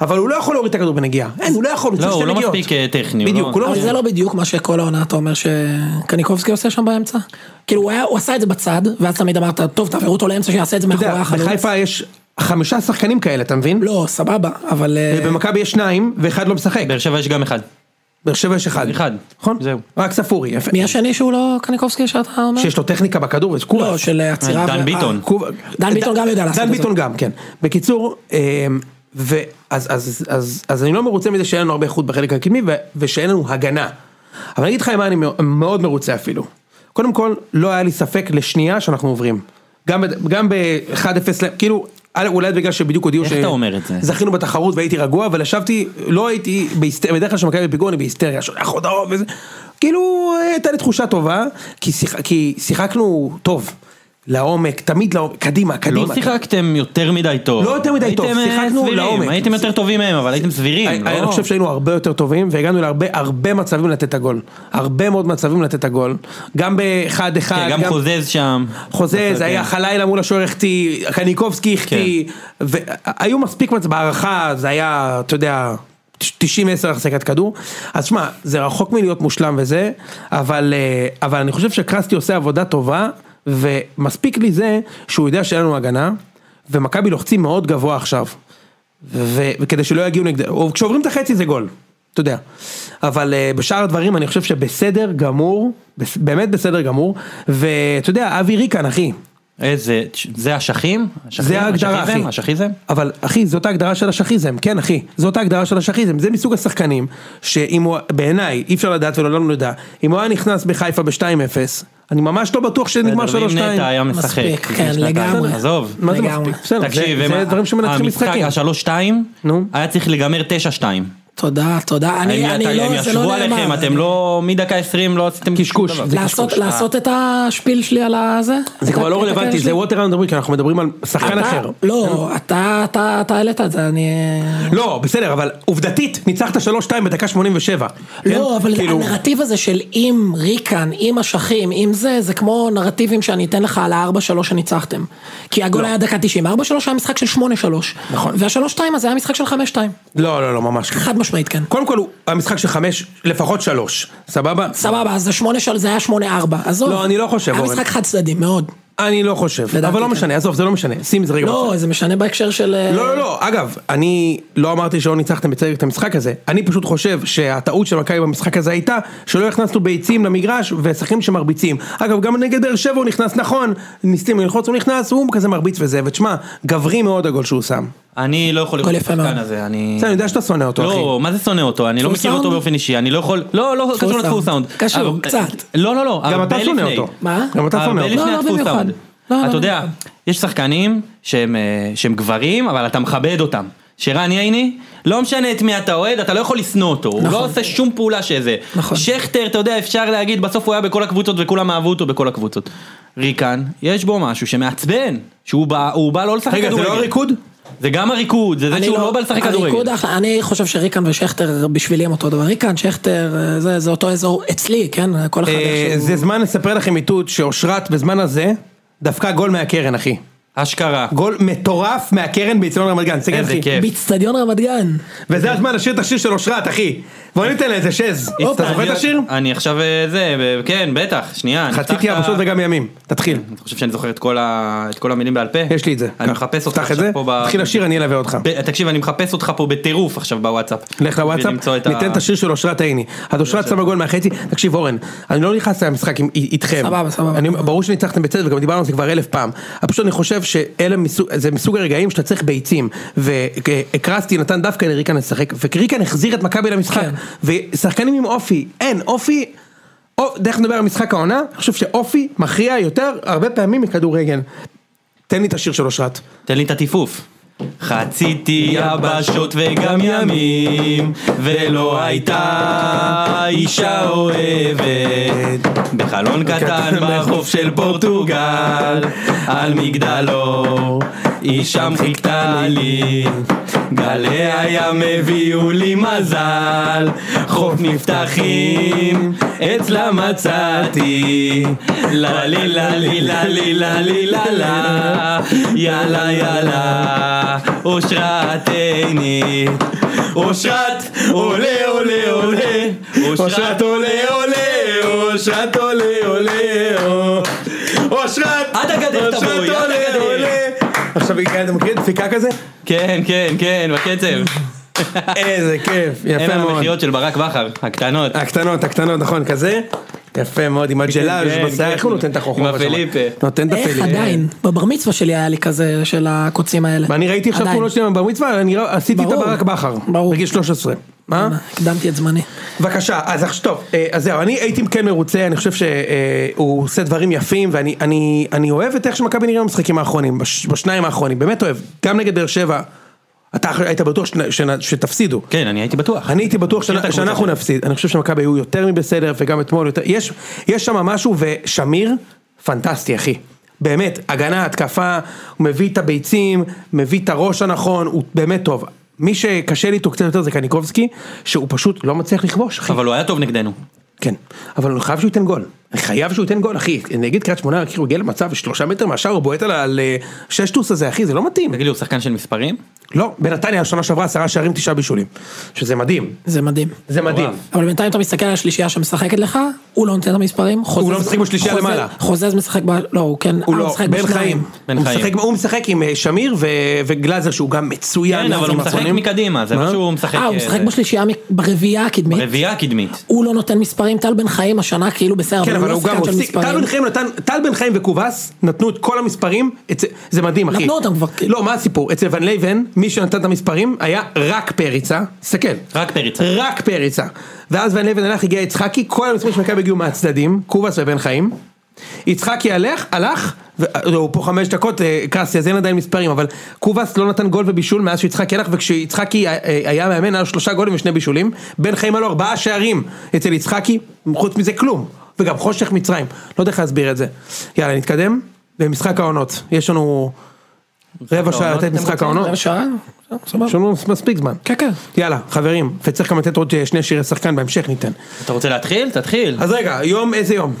אבל הוא לא יכול להוריד את הכדור בנגיעה. אין, הוא לא יכול, הוא לא, צריך שתי הוא לא נגיעות. מספיק, אה, טכני, הוא בדיוק, לא- הוא לא אבל זה לא בדיוק מה שכל העונה אתה אומר שקניקובסקי עושה שם באמצע. כאילו הוא היה- הוא עשה את זה בצד, ואז תמיד אמרת, טוב תעבירו אותו לאמצע שיעשה את זה אתה מאחורי יודע, החלוץ. בחיפה יש חמישה שחקנים כאלה, אתה מבין? לא, סבבה, אבל... אה, ובמכבי יש שניים, ואחד לא משחק. באר שבע יש גם אחד. באר שבע יש אחד. אחד. נכון? זהו. רק ספורי, יפה. מי השני שהוא לא קניקובסקי שאתה אומר? שיש לו טכניקה בכדור, וזה קורה. לא, של עצירה. דן ו- ביטון. אה, קוב- דן ביטון גם יודע לעשות את דן זה. ביטון גם, כן. בקיצור, אמ, ואז אז, אז, אז אני לא מרוצה מזה שאין לנו הרבה איכות בחלק הקדמי ו- ושאין לנו הגנה. אבל אני אגיד לך מה אני מאו- מאוד מרוצה אפילו. קודם כל, לא היה לי ספק לשנייה שאנחנו עוברים. גם, ב- גם ב-1-0, כאילו, א', אולי בגלל שבדיוק הודיעו איך אתה אומר את זה? זכינו בתחרות והייתי רגוע, אבל ישבתי, לא הייתי בהיסטריה, בדרך כלל כשמכבי בפיגור אני בהיסטריה, שולח הודעות וזה, כאילו הייתה לי תחושה טובה, כי, שיח, כי שיחקנו טוב, לעומק, תמיד לעומק, קדימה, לא קדימה. שיחקתם יותר מדי טוב. לא יותר מדי טוב, הייתם, אה, שיחקנו סבירים. לעומק. אה, הייתם יותר טובים מהם, אבל הייתם סבירים, אני, אני לא? חושב שהיינו הרבה יותר טובים והגענו להרבה הרבה מצבים לתת את הגול, הרבה מאוד מצבים לתת את הגול, גם באחד אחד, כן, גם חוזז שם. חוזה, כן. זה היה חלילה מול השוער החטיא, קניקובסקי החטיא, והיו מספיק מצב, בהערכה זה היה, אתה יודע, 90-10 החזקת כדור, אז שמע, זה רחוק מלהיות מושלם וזה, אבל, אה, אבל אני חושב שקרסטי עושה עבודה טובה, ומספיק לי זה שהוא יודע שאין לנו הגנה, ומכבי לוחצים מאוד גבוה עכשיו, ו- וכדי שלא יגיעו נגד, או כשעוברים את החצי זה גול, אתה יודע. אבל אה, בשאר הדברים אני חושב שבסדר גמור, בס- באמת בסדר גמור, ואתה יודע, אבי ריקן אחי, איזה, זה אשכים? זה ההגדרה אחי. אשכיזם? אבל אחי, זאת ההגדרה של השכיזם, כן אחי, זאת ההגדרה של השכיזם, זה מסוג השחקנים, שאם הוא, בעיניי, אי אפשר לדעת ולעולם לא נדע, אם הוא היה נכנס בחיפה ב-2-0, אני ממש לא בטוח שנגמר 3-2. אם נטע היה משחק. מספיק, לפני כן, שנתיים. לגמרי. עזוב. מה זה לגמרי. מספיק? בסדר, זה- תקשיב, זה הם- דברים שמנצחים משחקים. המשחק השלוש שתיים, נו. היה צריך להיגמר תשע שתיים. תודה, תודה. אני, הם אני הם לא, זה ישבו לא עליכם, נאמר. אתם לא, אה. מדקה עשרים לא עשיתם שום קשקוש. דבר. זה לעשות, קשקוש. לעשות את השפיל שלי על הזה? זה כבר לא רלוונטי, זה ווטר אנדרוויק, אנחנו מדברים על שחקן אחר. לא, אתה, אתה, אתה העלית את זה, אני... לא, בסדר, אבל עובדתית, ניצחת 3-2 בדקה 87. לא, כן? אבל כאילו, הנרטיב הזה של אם ריקן, אם אשכים, אם זה, זה כמו נרטיבים שאני אתן לך על הארבע שלוש שניצחתם. כי הגול היה דקה 90, הארבע שלוש היה משחק של שמונה שלוש. לא. נכון. והשלוש שתיים הזה היה משחק של חמש שתיים. לא, לא, לא, ממש לא. חד משמעית כן. קודם כל, הוא המשחק של חמש, לפחות שלוש, סבבה? סבבה, אז זה שמונה שלוש, זה היה שמונה ארבע. עזוב. לא, אני לא חושב, היה אורן. משחק חד צדדי, מאוד. אני לא חושב, לדעתי אבל לא כן. משנה, עזוב, זה לא משנה, שים את זה רגע. לא, בצד. זה משנה בהקשר של... אה, לא, לא, לא, אגב, אני לא אמרתי שלא ניצחתם בצדק את המשחק הזה, אני פשוט חושב שהטעות של מכבי במשחק הזה הייתה שלא הכנסנו ביצים למגרש ושחקנים שמרביצים. אגב, גם נגד באר שבע הוא נכנס נכון, ניסיתם ללחוץ, הוא נכנס, הוא כזה מרביץ וזה, ותשמע, גברי מאוד הגול שהוא שם. אני לא יכול הכל לראות את יפה מאוד. השחקן הזה, אני... בסדר, אני יודע שאתה שונא אותו, אחי. לא, מה זה שונא אותו? אני לא פול מכיר סאונד? אותו באופן אישי, אני לא יכול... לא, לא פול קשור לפול סאונד. סאונד. קשור, אבל- קצת. לא, לא, לא, גם הרבה אתה שונא לפני. אותו. מה? גם אתה שונא הרבה אותו. לפני לא, לא הפול במיוחד. סאונד. לא, לא, אתה יודע, יש שחקנים שהם, אה, שהם גברים, אבל אתה מכבד אותם. שרן ייני, לא משנה את מי אתה אוהד, אתה לא יכול לשנוא אותו, הוא לא עושה שום פעולה שזה. נכון. שכטר, אתה יודע, אפשר להגיד, בסוף הוא היה בכל הקבוצות וכולם אהבו אותו בכל הקבוצות. ריקן, יש בו משהו שמעצבן, שהוא בא, הוא בא לא לשחק רגע, כדורגל. זה לא הריקוד? זה גם הריקוד, זה זה אני שהוא לא בא לשחק הריקוד כדורגל. אחלה, אני חושב שריקן ושכטר בשבילי הם אותו דבר. ריקן, שכטר, אה, זה זה אותו אזור אצלי, כן? כל אחד אה, איכשהו. זה זמן לספר לכם איתות שאושרת בזמן הזה דפקה גול מהקרן, אחי. אשכרה. גול מטורף מהקרן באיצטדיון רמת גן, סגן איזה אחי. כיף. באיצטדיון רמת גן. וזה הזמן לשיר את השיר של אושרת, אחי. בוא ניתן לה איזה שז. אתה זוכר את השיר? אני עכשיו אה, זה, ב- כן, בטח, שנייה. אני אפתח את חציתי ה- יבשות וגם ימים. תתחיל. אתה חושב שאני זוכר את כל, ה... את כל המילים בעל פה? יש לי את זה. אני קח. מחפש אותך פתח את עכשיו זה, פה ב... תתחיל לשיר, אני אלווה אותך. ב... תקשיב, אני מחפש אותך פה בטירוף עכשיו בוואטסאפ. לך לוואטסאפ, בשביל למצוא את ניתן את השיר של אושרת עיני. אז אושרת שמה גול מהחצי, תקשיב אורן, אני לא נכנס למשחק עם- איתכם. סבבה, סבבה. אני- ברור שניצחתם בצדק וגם דיברנו על זה כבר אלף פעם. אבל פשוט אני חושב שאלה מסוג- זה מסוג הרגעים שאתה צריך ביצים. והקרסטי נתן דווקא לריקן לשחק, וריקן החזיר את מכבי למשחק. כן. ושחקנים עם אופי, אין, אופי... או, דרך נדבר על משחק העונה, אני חושב שאופי מכריע יותר הרבה פעמים מכדורגל. תן לי את השיר של אושרת. תן לי את הטיפוף. חציתי יבשות וגם ימים, ולא הייתה אישה אוהבת. בחלון קטן ברחוב של פורטוגל, על מגדלור, היא שם חיכתה לי, גלי הים הביאו לי מזל, חוף נפתחים, אצלה מצאתי, לה לי לה לי לה לי לה לי לה לה, יאללה יאללה, אושרת עיני, אושרת עולה עולה עולה, אושרת עולה עולה, אושרת עולה עולה, או. אושרת! עד הגדר אושרת, תבואי, עד עולה, הגדר. עולה. עכשיו, אתה מכיר דפיקה כזה? כן, כן, כן, בקצב. איזה (laughs) כיף, אלה יפה מאוד. המחיות של ברק בכר, הקטנות. הקטנות, הקטנות, נכון, כזה? יפה מאוד, עם הג'לאז' כן, בשיער, כן. איך הוא נותן את החוכמה? עם הפליפה. נותן את איך הפליפה. עדיין? בבר מצווה שלי היה לי כבר של הקוצים האלה. ואני ראיתי עכשיו עדיין. תמונות שלהם בבר מצווה, אני רא- עשיתי את ברור. הברק בכר. ברור. בגיל 13. מה? הקדמתי את זמני. בבקשה, אז עכשיו, טוב, אה, אז זהו, אני הייתי כן מרוצה, אני חושב שהוא עושה דברים יפים, ואני אני, אני אוהב את איך שמכבי נראה במשחקים האחרונים, בש, בשניים האחרונים, באמת אוהב, גם נגד באר שבע, אתה היית בטוח שנ- שנ- שתפסידו. כן, אני הייתי בטוח. אני הייתי בטוח את שנ- הקבוצה שאנחנו שלך. נפסיד, אני חושב שמכבי היו יותר מבסדר וגם אתמול יותר, יש, יש שם משהו ושמיר, פנטסטי אחי, באמת, הגנה, התקפה, הוא מביא את הביצים, מביא את הראש הנכון, הוא באמת טוב. מי שקשה לי איתו קצת יותר זה קניקובסקי, שהוא פשוט לא מצליח לכבוש, אחי. אבל הוא היה טוב נגדנו. כן, אבל הוא חייב שהוא ייתן גול. אני חייב שהוא ייתן גול, אחי. נגד קריית שמונה, אחי, הוא הגיע למצב שלושה מטר מהשאר, הוא בועט על- על אה, ששטוס הזה, אחי, זה לא מתאים. תגיד לי, הוא שחקן של מספרים? לא, בנתניה השנה שעברה עשרה שערים, תשעה בישולים. שזה מדהים. זה מדהים. זה מדהים. מטורף. אבל בינתיים אתה מסתכל על השלישייה שמשחקת לך, הוא לא נותן את המספרים, חוזז... לא משחק בשלישייה חוזז- למעלה. חוזז משחק ב... לא, הוא כן... הוא אה, לא, משחק בן בשניים. חיים. בן הוא חיים. משחק- הוא משחק עם אה, שמיר ו- וגלאזר שהוא גם מצוין. כן, אבל הוא עם משחק הצפונים. מקדימה, זה מה? לא שהוא משחק... אה, הוא אה, משחק זה- בשלישייה מ- ברביעייה הקדמית. רביעייה קדמית. הוא לא נותן מספרים, טל בן חיים השנה כאילו בסדר, כן, אבל לא הוא גם שחקן של הוסיף, טל מספרים. בן חיים נתן, טל בן חיים וקובס נתנו את כל המספרים, אצל- זה מדהים אחי. נתנו אותם כבר, כאילו. לא, מה הסיפור? אצל ון לייבן, מי שנתן את המספרים היה רק פריצה, תסתכל. רק פריצה. רק פריצה. ואז ון לייבן הלך, הגיע יצחקי, כל המספרים של מכבי הגיעו מהצדדים, קובס ובן חיים. יצחקי הלך, הלך, ו- הוא פה חמש דקות, אה, קרסי, אז אין עדיין מספרים, אבל קובס לא נתן גול ובישול מאז שיצחקי הלך, וכשיצחקי אה, אה, היה מאמן, היה לו שלושה גולים ושני בישולים, בן חיים היה לו ארבעה שערים אצל יצחקי, חוץ מזה כלום, וגם חושך מצרים, לא יודע איך להסביר את זה. יאללה, נתקדם, למשחק העונות, יש לנו רבע שעה העונות, לתת אתם משחק רוצים? העונות, רבע שעה? סבבה. יש לנו מספיק זמן. כן, כן. יאללה, חברים, וצריך גם לתת עוד אה, שני שירי שחקן בהמשך ניתן. אתה רוצה להתחיל? תתחיל. אז רגע, יום, איזה יום?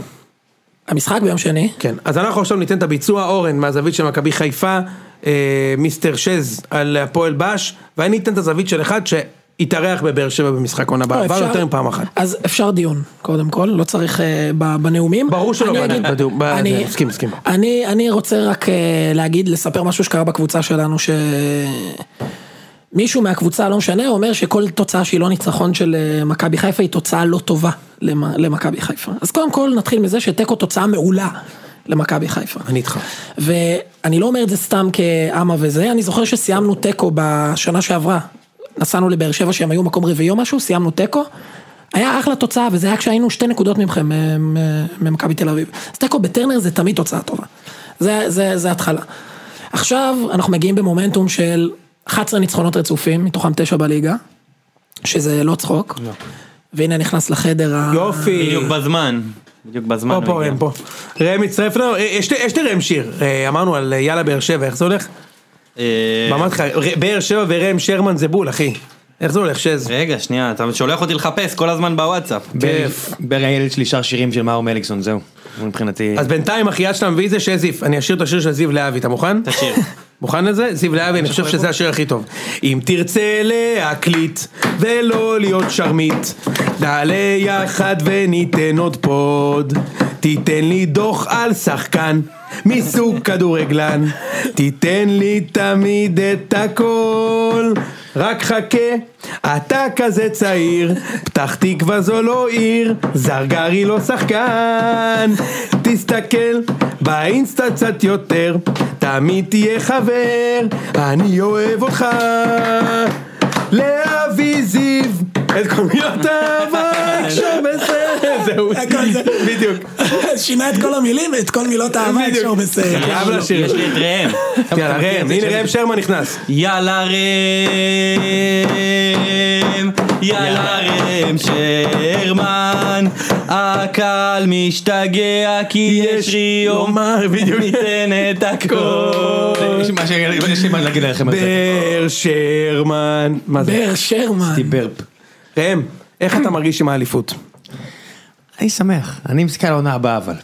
המשחק ביום שני, כן, אז אנחנו עכשיו ניתן את הביצוע, אורן מהזווית של מכבי חיפה, אה, מיסטר שז על הפועל בש, ואני אתן את הזווית של אחד שהתארח בבאר שבע במשחק עונה לא, הבאה, עבר אפשר- יותר מפעם אחת. אז אפשר דיון, קודם כל, לא צריך אה, ב- בנאומים. ברור שלא, אני בדיון, אגיד- בדיון, ב- אני- זה, מסכים, מסכים. אני אני רוצה רק אה, להגיד, לספר משהו שקרה בקבוצה שלנו, ש... מישהו מהקבוצה, לא משנה, אומר שכל תוצאה שהיא לא ניצחון של אה, מכבי חיפה היא תוצאה לא טובה למ- למכבי חיפה. אז קודם כל נתחיל מזה שתיקו תוצאה מעולה למכבי חיפה. אני איתך. ואני לא אומר את זה סתם כאמה וזה, אני זוכר שסיימנו תיקו בשנה שעברה. נסענו לבאר שבע שהם היו מקום רביעי או משהו, סיימנו תיקו. היה אחלה תוצאה, וזה היה כשהיינו שתי נקודות ממכם, אה, מ- ממכבי תל אביב. אז תיקו בטרנר זה תמיד תוצאה טובה. זה, זה, זה התחלה. עכשיו אנחנו מגיעים במומנטום של 11 ניצחונות רצופים, מתוכם 9 בליגה, שזה לא צחוק. והנה נכנס לחדר ה... יופי. בדיוק בזמן. בדיוק בזמן. פה, הוא פה, הגיע. הם פה. ראם מצטרף לנו, אה, יש לי- יש לי ראם שיר, אה, אמרנו על אה, יאללה באר שבע, איך זה הולך? אה, אמרתי לך, ר- באר שבע וראם שרמן זה בול, אחי. איך זה הולך, שז? רגע, שנייה, אתה שולח אותי לחפש כל הזמן בוואטסאפ. כיף. ברי הילד שלי שר שירים של מאור מליקסון, זהו. הוא מבחינתי... אז בינתיים אחי, עד שאתה מביא את זה שזיף, אני אשאיר את השיר של זיו להבי, אתה מוכן? תשאיר. מוכן לזה? זיו להבי, אני חושב שזה השיר הכי טוב. אם תרצה להקליט ולא להיות שרמית, נעלה יחד וניתן עוד פוד. תיתן לי דוח על שחקן מסוג כדורגלן, תיתן לי תמיד את הכל. רק חכה, אתה כזה צעיר, פתח תקווה זו לא עיר, זרגרי לא שחקן. תסתכל באינסטה קצת יותר, תמיד תהיה חבר, אני אוהב אותך. (laughs) לאבי זיו, את כל מילות האבק שבסדר. זהו. הכל זה. בדיוק. (laughs) שינה את כל המילים, את כל מילות האהבה אפשר בסדר. (laughs) חייב לשיר. יש לי את ראם. יאללה כן, ראם, הנה ראם שרמן נכנס. יאללה ראם, יאללה ראם שרמן, הקהל משתגע כי יש ריומה, בדיוק ניתן את (laughs) הכל. לא יש לי מה- יש לי מה להגיד לכם על זה. באר שרמן. מה זה? באר שרמן. ברפ. ראם, איך אתה מרגיש עם האליפות? אני שמח, אני מסתכל על העונה הבאה אבל.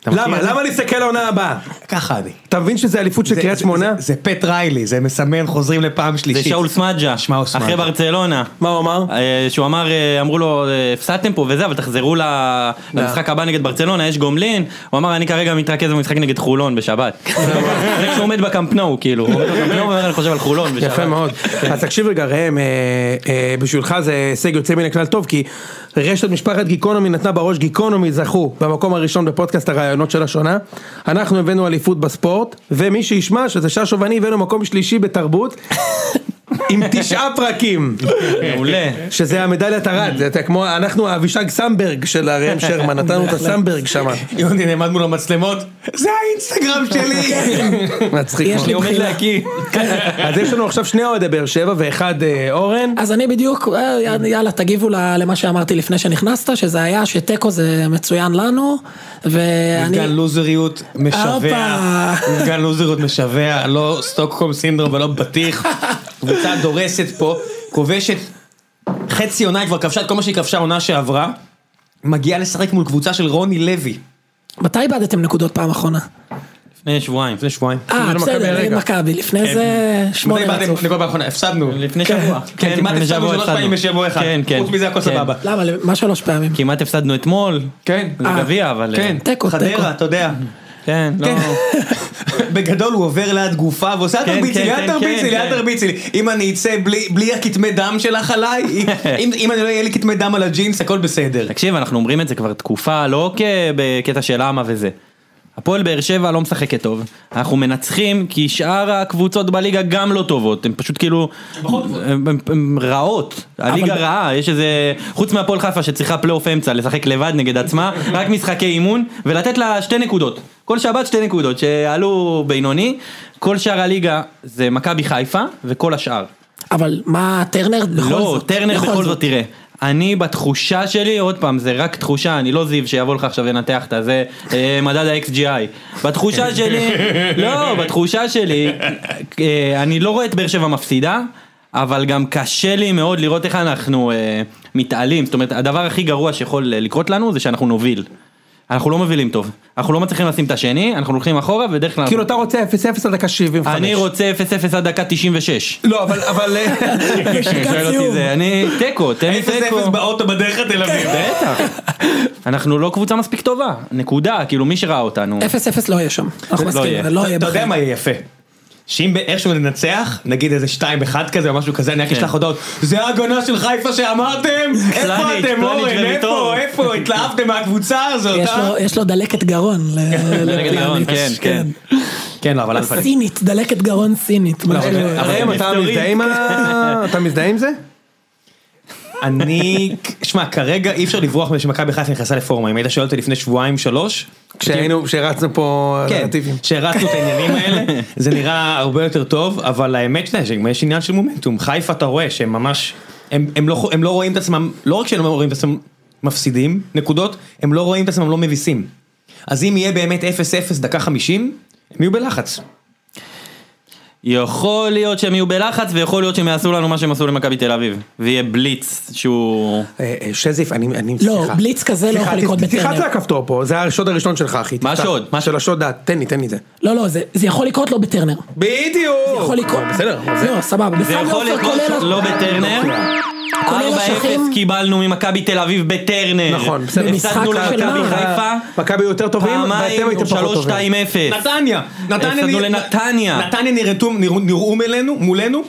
אתה מכיר למה? את זה? למה להסתכל לעונה הבאה? ככה אני. אתה מבין שזה אליפות של זה- קריית זה- שמונה? זה- זה פט ריילי, זה מסמן חוזרים לפעם זה שלישית. שאול סמדג'ה, שמע, הוא סמדג'ה. אחרי ברצלונה. מה הוא אמר? אה, שהוא אמר, אה, אמרו לו, אה, הפסדתם פה וזה, אבל תחזרו ל- למשחק הבא נגד ברצלונה, יש גומלין. הוא אמר, אני כרגע מתרכז במשחק נגד חולון בשבת. (laughs) זה כשהוא עומד בקמפנואו, כאילו. הוא עומד בקמפנואו ואומר, אני חושב על חולון בשבת. יפה מאוד. (laughs) אז תקשיב רגע ראם, אה, אה, בשבילך זה הישג יוצא מן הכלל טוב, כי רשת משפחת גיקונומי נתנה בראש גיקונומי זכו במקום הראשון בפודקאסט הרעיונות של השנה. אנחנו הבאנו אליפות בספורט, ומי שישמע שזה ששו ואני הבאנו מקום שלישי בתרבות. (laughs) עם תשעה פרקים, מעולה. שזה המדליית ארד, זה אתה כמו, אנחנו האבישג סמברג של הראם שרמן, נתנו את הסמברג שם, יוני נעמד מול המצלמות, זה האינסטגרם שלי! כן, מצחיק יש מאוד. לי בחילה. אז יש לנו עכשיו שני אוהדי באר שבע ואחד אה, אורן, אז אני בדיוק, אה, כן. יאללה, תגיבו ל- למה שאמרתי לפני שנכנסת, שזה היה שתיקו זה מצוין לנו, ואני... מפגן לוזריות משווע, הופה. מפגן לוזריות משווע, לא סטוקהולם סינדרום ולא בטיח, קבוצה דורסת פה, כובשת חצי עונה, היא כבר כבשה את כל מה שהיא כבשה עונה שעברה, מגיעה לשחק מול קבוצה של רוני לוי. מתי איבדתם נקודות פעם אחרונה? לפני שבועיים. לפני שבועיים. אה, לא למכבי בסדר, נגד הרגע. מכבי, כן. לפני זה מתי שמונה באתם רצוף. לכל פעם האחרונה? הפסדנו. לפני שבוע. כן, כמעט לפני הפסדנו שבוע שלוש הפסדנו. פעמים בשבוע אחד. כן, כן. חוץ מזה הכל כן. סבבה. למה, מה שלוש פעמים? כמעט הפסדנו אתמול. כן. זה אה. גביע, אבל... אה, כן, תיקו, תיקו. חדרה, אתה יודע. כן, לא. בגדול הוא עובר ליד גופה ועושה אל כן, תרביצי לי, כן, אל כן, תרביצי כן, לי, אל כן. תרביצי לי. אם אני אצא בלי- בלי הכתמי דם שלך עליי, אם- אם אני לא יהיה לי כתמי דם על הג'ינס, הכל בסדר. תקשיב, אנחנו אומרים את זה כבר תקופה, לא כבקטע של למה וזה. הפועל באר שבע לא משחקת טוב, אנחנו מנצחים כי שאר הקבוצות בליגה גם לא טובות, הן פשוט כאילו, הן- הן- הן רעות, הליגה רעה, יש איזה, חוץ מהפועל חיפה שצריכה פלייאוף אמצע, לשחק לבד נגד עצמה, רק משחקי אימון, ולתת לה שתי נקודות, כל שבת שתי נקודות, שעלו בינוני, כל שאר הליגה זה מכבי חיפה וכל השאר. אבל מה, טרנר בכל זאת? לא, טרנר נכון, בכל זאת, תראה. אני בתחושה שלי, עוד פעם, זה רק תחושה, אני לא זיו שיבוא לך עכשיו לנתח את הזה, אה, מדד ה-XGI. בתחושה שלי, לא, בתחושה שלי, אה, אני לא רואה את באר שבע מפסידה, אבל גם קשה לי מאוד לראות איך אנחנו אה, מתעלים. זאת אומרת, הדבר הכי גרוע שיכול אה, לקרות לנו זה שאנחנו נוביל. אנחנו לא מובילים טוב, אנחנו לא מצליחים לשים את השני, אנחנו הולכים אחורה ובדרך כלל... כאילו אתה רוצה 0-0 עד דקה 75. אני רוצה 0-0 עד דקה 96. לא, אבל, אבל... (laughs) שואל אותי זה, אני תיקו, תן לי 0-0 תיקו. באוטו בדרך לתל אביב. בטח. אנחנו לא קבוצה מספיק טובה, נקודה, כאילו מי שראה אותנו. אפס אפס לא יהיה שם. אנחנו לא מסכימים, יהיה. זה לא יהיה אתה יודע בחיים. מה יהיה יפה. שאם באיכשהו ננצח, נגיד איזה 2-1 כזה או משהו כזה, כן. אני רק אשלח הודעות, זה ההגנה של חיפה שאמרתם? איפה פלניץ', אתם פלניץ' אורן? איפה? וויטור." איפה? התלהבתם מהקבוצה הזאת, יש אה? לו- יש לו דלקת גרון. ל- (laughs) דלקת גרון, כן, כן. כן, לא, (laughs) אבל... אל תפלא. סינית, דלקת גרון סינית. לא, משהו- ראם, אתה מסתורית. מזדהה עם ה... אתה מזדהה עם זה? אני, שמע, כרגע אי אפשר לברוח מזה שמכבי חיפה נכנסה לפורמה, אם היית שואל אותי לפני שבועיים שלוש, כשהיינו, כשרצנו פה כן, נרטיבים. שהרצנו את העניינים האלה, זה נראה הרבה יותר טוב, אבל האמת שאתה יודע, שגם יש עניין של מומנטום, חיפה אתה רואה שהם ממש, הם, הם, לא, הם לא רואים את עצמם, לא רק שהם לא רואים את עצמם מפסידים נקודות, הם לא רואים את עצמם לא מביסים. אז אם יהיה באמת 0-0 דקה 50, הם יהיו בלחץ. יכול להיות שהם יהיו בלחץ ויכול להיות שהם יעשו לנו מה שהם עשו למכבי תל אביב. ויהיה בליץ שהוא... אה, אה, שזיף, אני, אני, לא, בליץ כזה לא יכול לקרות תלחץ על בטרנר. הכפתור פה, זה השוד הראשון שלך, אחי. מה תפתח. השוד? מה- של השוד דעת, תן לי, תן לי זה. לא, לא, זה זה יכול לקרות לא בטרנר. בדיוק! זה יכול לקרות. בסדר. לא, סבבה. זה בפאבי יכול עופר לקרות כולל... לא בטרנר. כולל 4-0 השכים. קיבלנו ממכבי תל אביב בטרנר. נכון, בסדר. הפסדנו במשחק של למכבי מה? חיפה. מכבי יותר טובים, ואתם פעמיים הייתם פחות טובים. 3-2-0. נתניה, נתניה, הפסדנו נ- לנתניה. נתניה נראו, נראו, נראו מולנו, מולנו,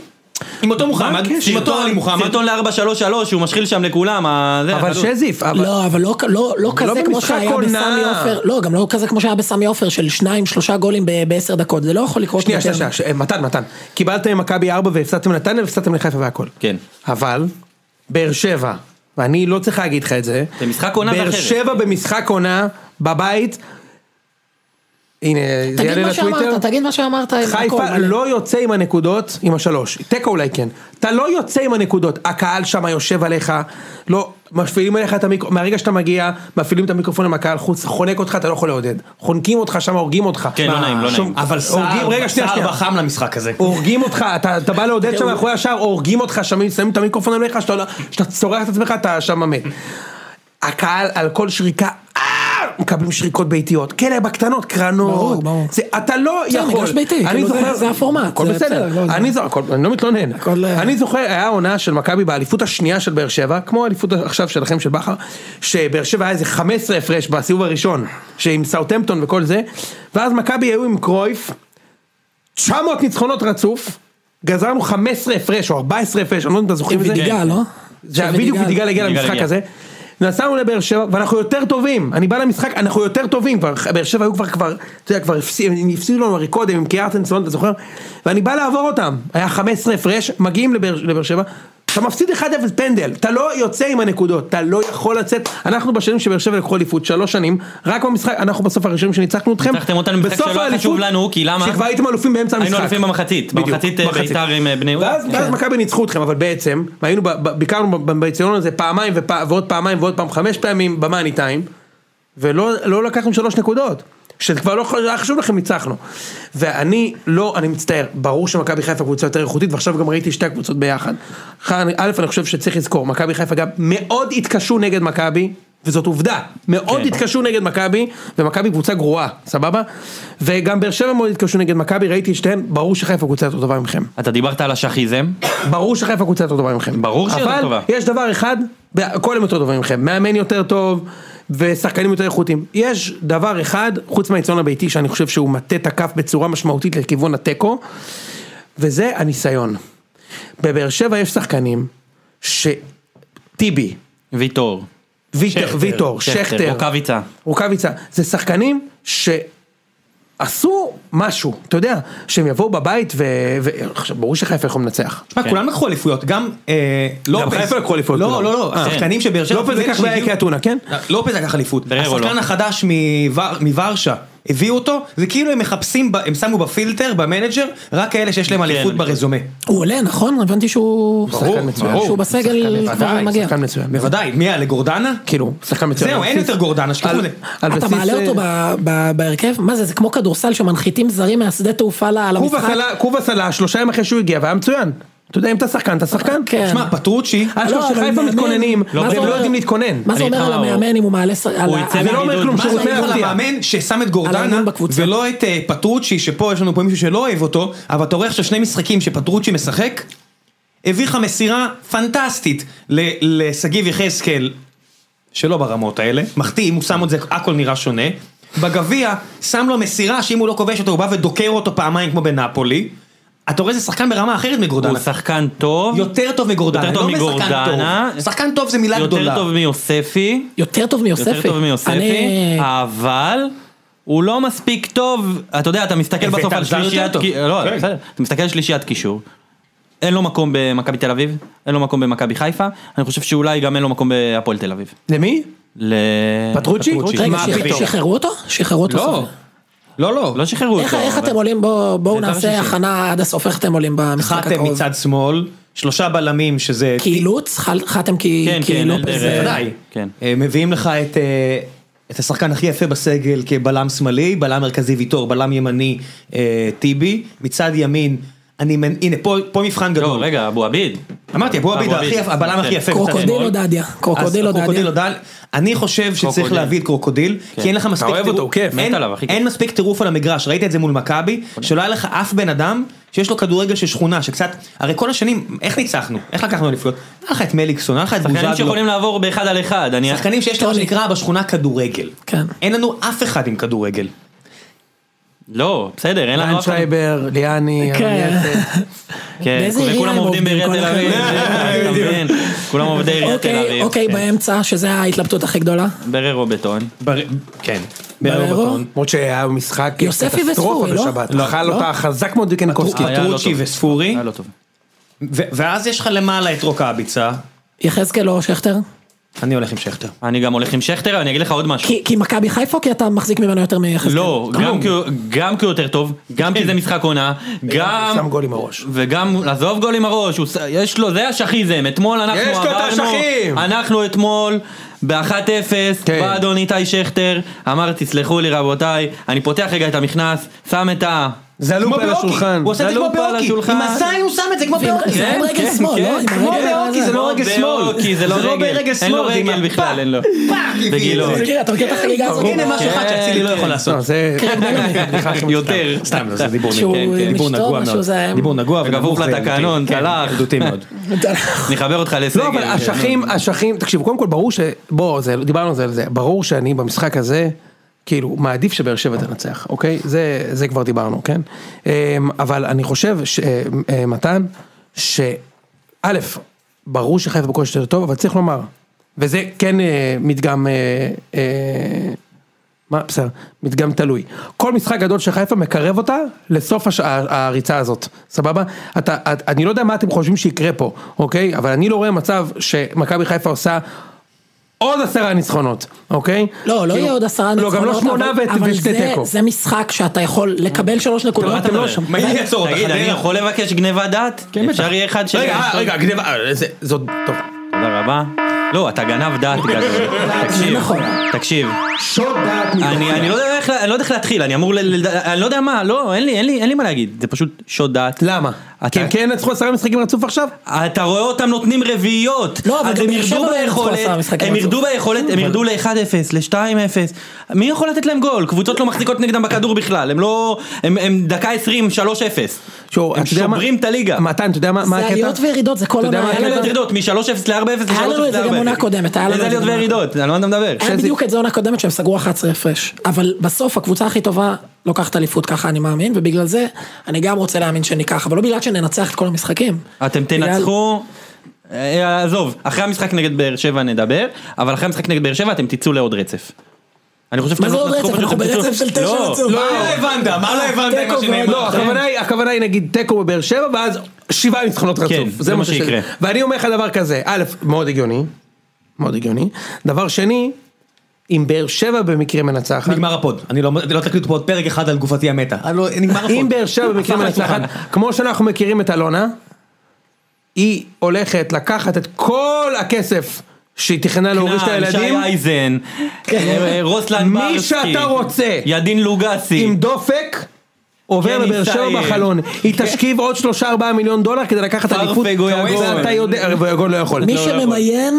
עם אותו מוחמד, עם אותו עלי מוחמד, סרטון ל-4-3-3 שהוא משחיל שם לכולם. ה- זה, אבל החלוץ. שזיף, אבל... לא, אבל לא, לא, לא כזה כמו במשחק שהיה עונה. בסמי עופר, לא, גם לא כזה כמו שהיה בסמי עופר של שניים, שלושה גולים ב- בעשר דקות, זה לא יכול לקרות. שנייה, יותר. שנייה, שנייה, ש- אה, מתן, מתן. קיבלתם ממכבי 4 והפסדתם לנתניה והפסדתם לחיפה והכל. כן. אבל, באר שבע, ואני לא צריך להגיד לך את זה. במשחק עונה זה באר אחרת. שבע במשחק עונה, בבית, הנה, זה תגיד יעלה מה לטוויטר. שאמרת, תגיד מה שאמרת. הכל חיפה מלא. לא יוצא עם הנקודות, עם השלוש, תיקו אולי כן, אתה לא יוצא עם הנקודות, הקהל שם יושב עליך, לא, מפעילים עליך את המיקרופון, מהרגע שאתה מגיע, מפעילים את המיקרופון עם הקהל חוץ, חונק אותך, אתה לא יכול לעודד, חונקים אותך שם, הורגים אותך. כן, לא מה, נעים, לא שום- נעים. אבל הורגים- רגע, סער, שנייה, סער שנייה. בחם למשחק הזה. הורגים אותך, אתה, אתה בא לעודד שם מאחורי השער, הורגים אותך, שמים שמים את המיקרופון עליך, שאתה, לא- שאתה צורח את עצמך, אתה שם מת. הקהל על כל שריקה, "אה!" מקבלים שריקות ביתיות, כאלה בקטנות, קרנות, ברור, ברור. זה, אתה לא זה יכול, מגרש ביתי, אני כאילו, זה- זוכר, זה הפורמט, הכל זה בסדר, בסדר, לא, אני זוכר, הכל- אני לא מתלונן, הכל- אה, אני זוכר, היה עונה של מכבי באליפות השנייה של באר שבע, כמו האליפות עכשיו שלכם של בכר, שבאר שבע היה איזה 15 הפרש בסיבוב הראשון, שעם סאוטמפטון וכל זה, ואז מכבי היו עם קרויף, 900 ניצחונות רצוף, גזרנו 15 הפרש או 14 הפרש, אני לא יודע אם אתה זוכר את זה. וידיגל, לא? זה היה בדיוק וידיגל הגיע וידיגל למשחק הגיע. הזה. נסענו לבאר שבע, ואנחנו יותר טובים, אני בא למשחק, אנחנו יותר טובים, כבר, באר שבע היו כבר, כבר, אתה יודע, כבר הפסידו, הם הפסידו לנו הרי קודם עם קיארטנסון, אתה זוכר? ואני בא לעבור אותם, היה 15 הפרש, מגיעים לבאר לבאר שבע, אתה מפסיד 1-0 פנדל, אתה לא יוצא עם הנקודות, אתה לא יכול לצאת, אנחנו בשנים שבאר שבע לקחו אליפות, שלוש שנים, רק במשחק, אנחנו בסוף הראשונים שניצחנו אתכם, ניצחתם אותנו במשחק בסוף שלא היה חשוב האליפות, לנו, כי למה? שכבר הייתם אלופים באמצע המשחק. היינו אלופים במחצית, בדיוק, במחצית, אה, בית"ר עם, אה, בני יהודה. ואז, ואז מכבי ניצחו אתכם, אבל בעצם, היינו, ב- ב- ביקרנו ב- באצטדיון הזה פעמיים ופ, ועוד פעמיים ועוד פעם, חמש פעמים במאני טיים, ולא לא לקחנו שלוש נקודות. שזה כבר לא יכול- לא היה חשוב לכם, ניצחנו. ואני לא, אני מצטער, ברור שמכבי חיפה קבוצה יותר איכותית, ועכשיו גם ראיתי שתי הקבוצות ביחד. אחד, א', אני חושב שצריך לזכור, מכבי חיפה גם מאוד התקשו נגד מכבי, וזאת עובדה, מאוד כן. התקשו נגד מכבי, ומכבי קבוצה גרועה, סבבה? וגם באר שבע מאוד התקשו נגד מכבי, ראיתי את שתיהן, ברור שחיפה קבוצה יותר טובה מכם. אתה דיברת על השחיזם, ברור שחיפה קבוצה יותר טובה מכם. ברור שהיא יותר טובה. אבל יש דבר אחד, הכל הם יותר טובים מכם. מאמן יותר טוב, ושחקנים יותר איכותיים. יש דבר אחד, חוץ מהיצון הביתי, שאני חושב שהוא מטה את הכף בצורה משמעותית לכיוון התיקו, וזה הניסיון. בבאר שבע יש שחקנים, שטיבי, ויטור, ויטר, ויטור, שכטר, שכטר, רוקאביצה. רוקאביצה, זה שחקנים ש... עשו משהו, אתה יודע, שהם יבואו בבית ו... ו- עכשיו, ברור שחיפה יכולים לנצח. תשמע, כולם לקחו אליפויות, גם אה, לופז. כן. חיפה לקחו אליפויות, לא, כולם. לא, לא, אה. השחקנים שבאר שבע... לופז לקח שהגיעו- באיקאה אתונה, כן? לא, לופז לקח אליפות. בררו השחקן לא. החדש מוור- מוורשה, הביאו אותו, זה כאילו הם מחפשים, ב- הם שמו בפילטר, במנג'ר, רק כאלה שיש להם אליפות כן. ברזומה. הוא עולה, נכון? הבנתי שהוא... שחקן מצוין. שהוא בסגל כבר ודאי, מגיע. שחקן מצוין. בוודאי, מי היה? לגורדנה? כאילו, שחקן מצוין. זהו, על אין בסיס- יותר גורדנה, שכחו על- את זה. על אתה בסיס, מעלה אותו אה, ב- ב- בהרכב? מה זה, זה כמו כדורסל שמנחיתים זרים מהשדה תעופה ל- קובה למשחק? סלה- קובה סלה, שלושה ימים אחרי שהוא הגיע, והיה מצוין. אתה יודע, אם אתה שחקן, אתה שחקן. כן. שמע, פטרוצ'י, אשכרה לא, אבל אה, שחיפה מאמן- מתכוננים, לא, והם בסדר. לא יודעים להתכונן. מה זה אני אומר איתך, על הוא- המאמן אם הוא מעלה... ס- על הוא ה- יצא על זה לא ה- אומר כלום, מה שהוא זה, רוצה אני על להפתיע. המאמן ששם את גורדנה, האמון בקבוצה. ולא את אה, פטרוצ'י, שפה יש לנו פה מישהו שלא אוהב אותו, אבל אתה רואה עכשיו שני משחקים שפטרוצ'י משחק, הביא לך מסירה פנטסטית ל- לשגיב יחזקאל, שלא ברמות האלה, מחטיא, אם הוא שם את זה, הכל נראה שונה. בגביע, שם לו מסירה שאם הוא לא כובש אותו, הוא בא ודוקר אותו פעמיים כמו בנפולי. אתה רואה איזה שחקן ברמה אחרת הוא מגורדנה. שחקן טוב, יותר טוב מגורדנה, יותר לא טוב משחקן מגורדנה. טוב. שחקן טוב זה מילה יותר גדולה. טוב מיוספי, יותר טוב מיוספי. יותר טוב מיוספי, אה, אני- אבל הוא לא מספיק טוב, אתה יודע, אתה מסתכל הבאת בסוף על על זר יותר שלישיית, טוב. כי- לא, כן. בסדר. אתה מסתכל על שלישיית קישור, אין לו מקום במכבי תל אביב, אין לו מקום במכבי חיפה, אני חושב שאולי גם אין לו מקום בהפועל תל אביב. למי? ל... פטרוצ'י? רגע, מה שח- פתאום? שחררו אותו? שחררו אותו? לא, סוף. לא, לא. לא שחררו איך- אותו. איך אבל- אתם עולים? בואו- בואו בית"ר נעשה שישי. הכנה עד הסוף. איך אתם עולים במשחק חתם הקרוב? מצד שמאל, שלושה בלמים שזה... כאילוץ? חל- חתם כי- כן, כן, כאילו... אלדר, זה- אה, בוודאי. כן. אה, מביאים לך את, אה, את השחקן הכי יפה בסגל כבלם שמאלי, בלם מרכזי ויטור, בלם ימני אה, טיבי, מצד ימין, אני, מנ- הנה פה, פה מבחן לא, גדול. רגע, אבו עביד. אמרתי, אבו עביד, הכי יפה- הבלם הכי כן. יפה. מצד קרוקודיל שמאל. או דדיה? אז קרוקודיל או דדיה? קרוקודיל או דדיה. אני חושב שצריך קרוקודיל. להביא את קרוקודיל, כי אין לך מספיק אוהב אותו, טירוף- הוא כיף, מת אין- עליו, הכי כיף. אין מספיק טירוף על המגרש, ראית את זה מול מכבי, שלא היה לך אף בן אדם שיש לו כדורגל של שכונה, שקצת, הרי כל השנים, איך ניצחנו? איך לקחנו אליפויות? היה לך את מליקסון, היה לך את שחקנים בוזגלו, שיכולים לעבור באחד על אחד, אני... שחקנים שיש לו מה שנקרא בשכונה כדורגל. כן. אין לנו אף אחד עם כדורגל. לא, בסדר, אין לנו אף אחד. איינשרייבר, ליאני, כן. אריאטה. כן, באיזה עירייה וכולם הם עובדים עובדים, בעיריית כל תל אביב. (laughs) אתה מבין? כולם עובדי עיריית תל אוקיי, אביב. אוקיי, כן. באמצע, שזה ההתלבטות הכי גדולה. בררו בטון. בר- כן. בררו? בררו? למרות שהיה משחק יוספי קטסטרופה וספורי, לא? בשבת. לא, אכל לא? אותה חזק מאוד דיקנקובסקי. פטרו- פטרוצ'י היה לא טוב. וספורי. היה לא טוב. ו- ואז יש לך למעלה את רוקאביצה, יחזקאל או שכטר? אני הולך עם שכטר. אני גם הולך עם שכטר, אני אגיד לך עוד משהו. כי- כי מכבי חיפה או כי אתה מחזיק ממנו יותר מיחזקאל? לא, גם כי הוא- גם כי הוא יותר טוב, גם כן. כי זה משחק עונה, גם... שם גול עם הראש. וגם, עזוב גול עם הראש, הוא ש- יש לו, זה השחיזם, אתמול אנחנו יש לו את האשכים! אנחנו אתמול ב-1-0, כן. בא אדון איתי שכטר, אמר תסלחו לי רבותיי, אני פותח רגע את המכנס, שם את ה... זלופה על השולחן. הוא עושה את זה כמו זלופה על באוקי, השולחן. עם הזין הוא שם את זה כמו ועם- באוקי. זה עם כן, רגל כן, שמאל, לא? כן. עם כמו הרגל באוקי, הזה. זה לא רגל שמאל. באוקי, זה לא זה לא ברגל רגל, אין לו שמאל, זה עם רגל הפח. בכלל, אין לו. זה הביא גילו. את זה. מכיר, אתה מכיר את החגיגה הזאת? הנה משהו כן, אחד שאצילי לא יכול לעשות. לא, זה... כאילו- יותר. סתם, לא, זה דיבור שהוא נ- כן, כן, דיבור אשתו, נגוע משהו מאוד. זה- דיבור נגוע ונבוך ונבוך זה לתקנון, ילדותי. כן, צלח. (laughs) ילדותי מאוד. נחבר אותך לסגל. כן. לא, אבל אשכים, אשכים, תקשיבו, קודם כל ברור ש... בוא, זה- דיברנו על זה, על זה, ברור שאני במשחק הזה, כאילו, מעדיף שבאר שבע תנצח, אוקיי? זה, זה כבר דיברנו, כן? אמ, אבל אני חושב, ש- אמ, אמ, מתן, שא', ברור שחיפה בכל יותר טוב, אבל צריך לומר, וזה כן אה, מדגם... אה, אה, מה, בסדר, מדגם תלוי. כל משחק גדול של חיפה מקרב אותה לסוף הש... ה- הריצה הזאת, סבבה? אתה, את, אני לא יודע מה אתם חושבים שיקרה פה, אוקיי? אבל אני לא רואה מצב שמכבי חיפה עושה עוד עשרה ניצחונות, אוקיי? לא, לא כאילו- יהיה עוד עשרה לא, גם לא שמונה אבל- ו- אבל ושתי זה- תיקו. זה משחק שאתה יכול לקבל שלוש נקודות. לא אתה מדבר? מה יהיה לעצור אותך? לא תגיד, אני חדרה? יכול לבקש גניבת דעת? אפשר יהיה אחד ש... רגע, אה, רגע, גניבה, אה, זה- זאת, טוב. תודה רבה. לא, אתה גנב (laughs) דעת גדול. תקשיב, נכון. תקשיב. שוד דעת אני אני לא יודע איך לה- אני לא יודע איך להתחיל, אני אמור ל... ל- אני לא יודע מה, לא, אין לי, אין לי, אין לי מה להגיד, זה פשוט שוד דעת. למה? אתה- כי הם כן ניצחו עשרה משחקים רצוף עכשיו? אתה רואה אותם נותנים רביעיות, לא, אבל אז גם הם באר שבע ירדו לא ניצחו ביכולת, עשרה משחקים הם ירדו רצוף. לא ביכולת, הם ירדו ל-1-0, ל-2-0, מי יכול לתת להם גול? קבוצות לא מחזיקות נגדם בכדור בכלל, הם לא, הם- הם דקה 20, 3-0. שור, הם אתה יודע מה- שוברים את הליגה. מתן, אתה יודע מה מה זה הקטע? עליות וירידות, זה כל אתה יודע עונה. מה היה לנו את ירידות, מ-3-0 ל-4-0 ל-3-0 ל-4-0. היה לנו את זה גם עונה קודמת, היה לנו איזה את זה עליות גם עונה וירידות, על מה אתה מדבר? היה בדיוק את זה עונה קודמת שהם סגרו 11 הפרש. אבל בסוף הקבוצה הכי טובה לוקחת אליפות, ככה אני מאמין, ובגלל זה אני גם רוצה להאמין שניקח, אבל לא בגלל שננצח את כל המשחקים. אתם בגלל- תנצחו, אה, עזוב, אחרי המשחק נגד באר שבע נדבר, אבל אחרי המשחק נגד באר שבע אתם תצאו לעוד רצף. אני חושב שאתם מה זה לא עוד תנצחו, רצף? פשוט אנחנו אתם ברצף תצאו- של תשע לא, רצוף. מה לא הבנת? מה לא הבנת עם מה תיקו שנאמר? לא, הכוונה היא, הכוונה היא נגיד תיקו בבאר שבע ואז שבעה ניצחונות רצוף. כן, זה מה ש- שיקרה. ואני אומר לך דבר כזה, א', מאוד הגיוני, מאוד הגיוני. דבר שני, אם באר שבע במקרה מנצחת, נגמר הפוד, אני לא לא תקליט פה עוד פרק אחד על גופתי המתה. אני לא- נגמר הפוד. אם באר שבע במקרה הפך מנצחת, לשולחן. כמו שאנחנו מכירים את אלונה, היא הולכת לקחת את כל הכסף שהיא תכננה להוריש את כנען, שי הילדים, אייזן, כן. אה, רוסלן מי ברסקי, שאתה רוצה. ידין לוגסי, עם דופק. עובר כן, לבאר שבע ישראל. בחלון, היא תשכיב עוד שלושה ארבעה מיליון דולר כדי לקחת פרפה אליפות, גויאגון. ואתה יודע, גויאגון לא יכול, מי לא, לא יכול. שממיין...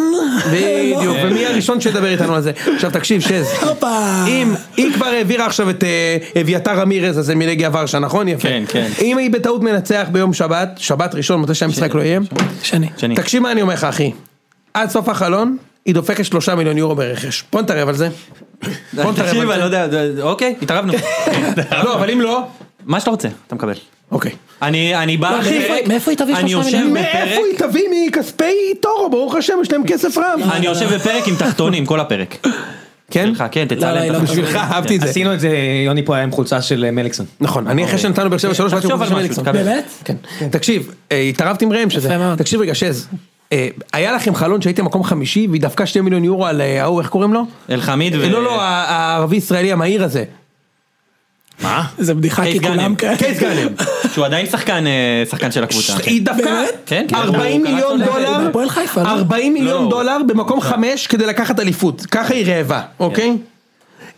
בדיוק, לא. כן. ומי הראשון שידבר איתנו על זה? עכשיו תקשיב, שז, הופה. אם היא כבר העבירה עכשיו את אה, אביתר אמירז הזה מלגיה ורשה, נכון? יפה. כן, כן. אם היא בטעות מנצח ביום שבת, שבת ראשון, מתי שהמשחק לא יהיה, שני. שני. תקשיב מה אני אומר לך, אחי. עד סוף החלון, היא דופקת שלושה מיליון יורו ברכש. בוא נתערב על (laughs) זה. בוא נתערב תקשיב, אני לא על זה. יודע, זה- אוקיי, (laughs) התערבנו, לא, אבל אם לא... מה שאתה רוצה, אתה מקבל. אוקיי. אני אני בא, אחי, בפרק, מאיפה- מאיפה היא תביא אני שלושה יושב מיליון? מאיפה בפרק- היא תביא מכספי טורו, ברוך השם, יש להם כסף רב. אני יושב בפרק עם תחתונים, כל הפרק. כן? אה, שלך, כן, לא, לא, תצלם. היא לא תחתונים. בשבילך אהבתי את זה. עשינו את זה, יוני פה היה עם חולצה של אה, מליקסון. נכון, אני אחרי שנתנו באר שבע שלוש, באתי אוקיי. תחשוב עם על חופש מליקסון. משהו, תקבל. באמת? כן. תקשיב, אה, התערבת עם ראם שזה. יפה מאוד. תקשיב רגע, שז. אה, היה לכם חלון שהייתם מקום חמישי והיא דפקה שתי מיליון יורו על אה, ההוא, איך קוראים לו? אלחמיד ו... אה, לא, לא, ה- הערבי ישראלי המהיר הזה. מה? זה בדיחה קייס כי גאנם. כולם כאלה. קייס גאנם. שהוא עדיין שחקן, אה, שחקן של הקבוצה. כן. היא דפקה באמת? כן, כן. 40 הוא קרא מיליון צודק. דולר, בהפועל חיפה, לא? 40 מיליון לא. כן. דולר במקום חמש כדי לקחת אליפות, ככה היא רעבה, אוקיי?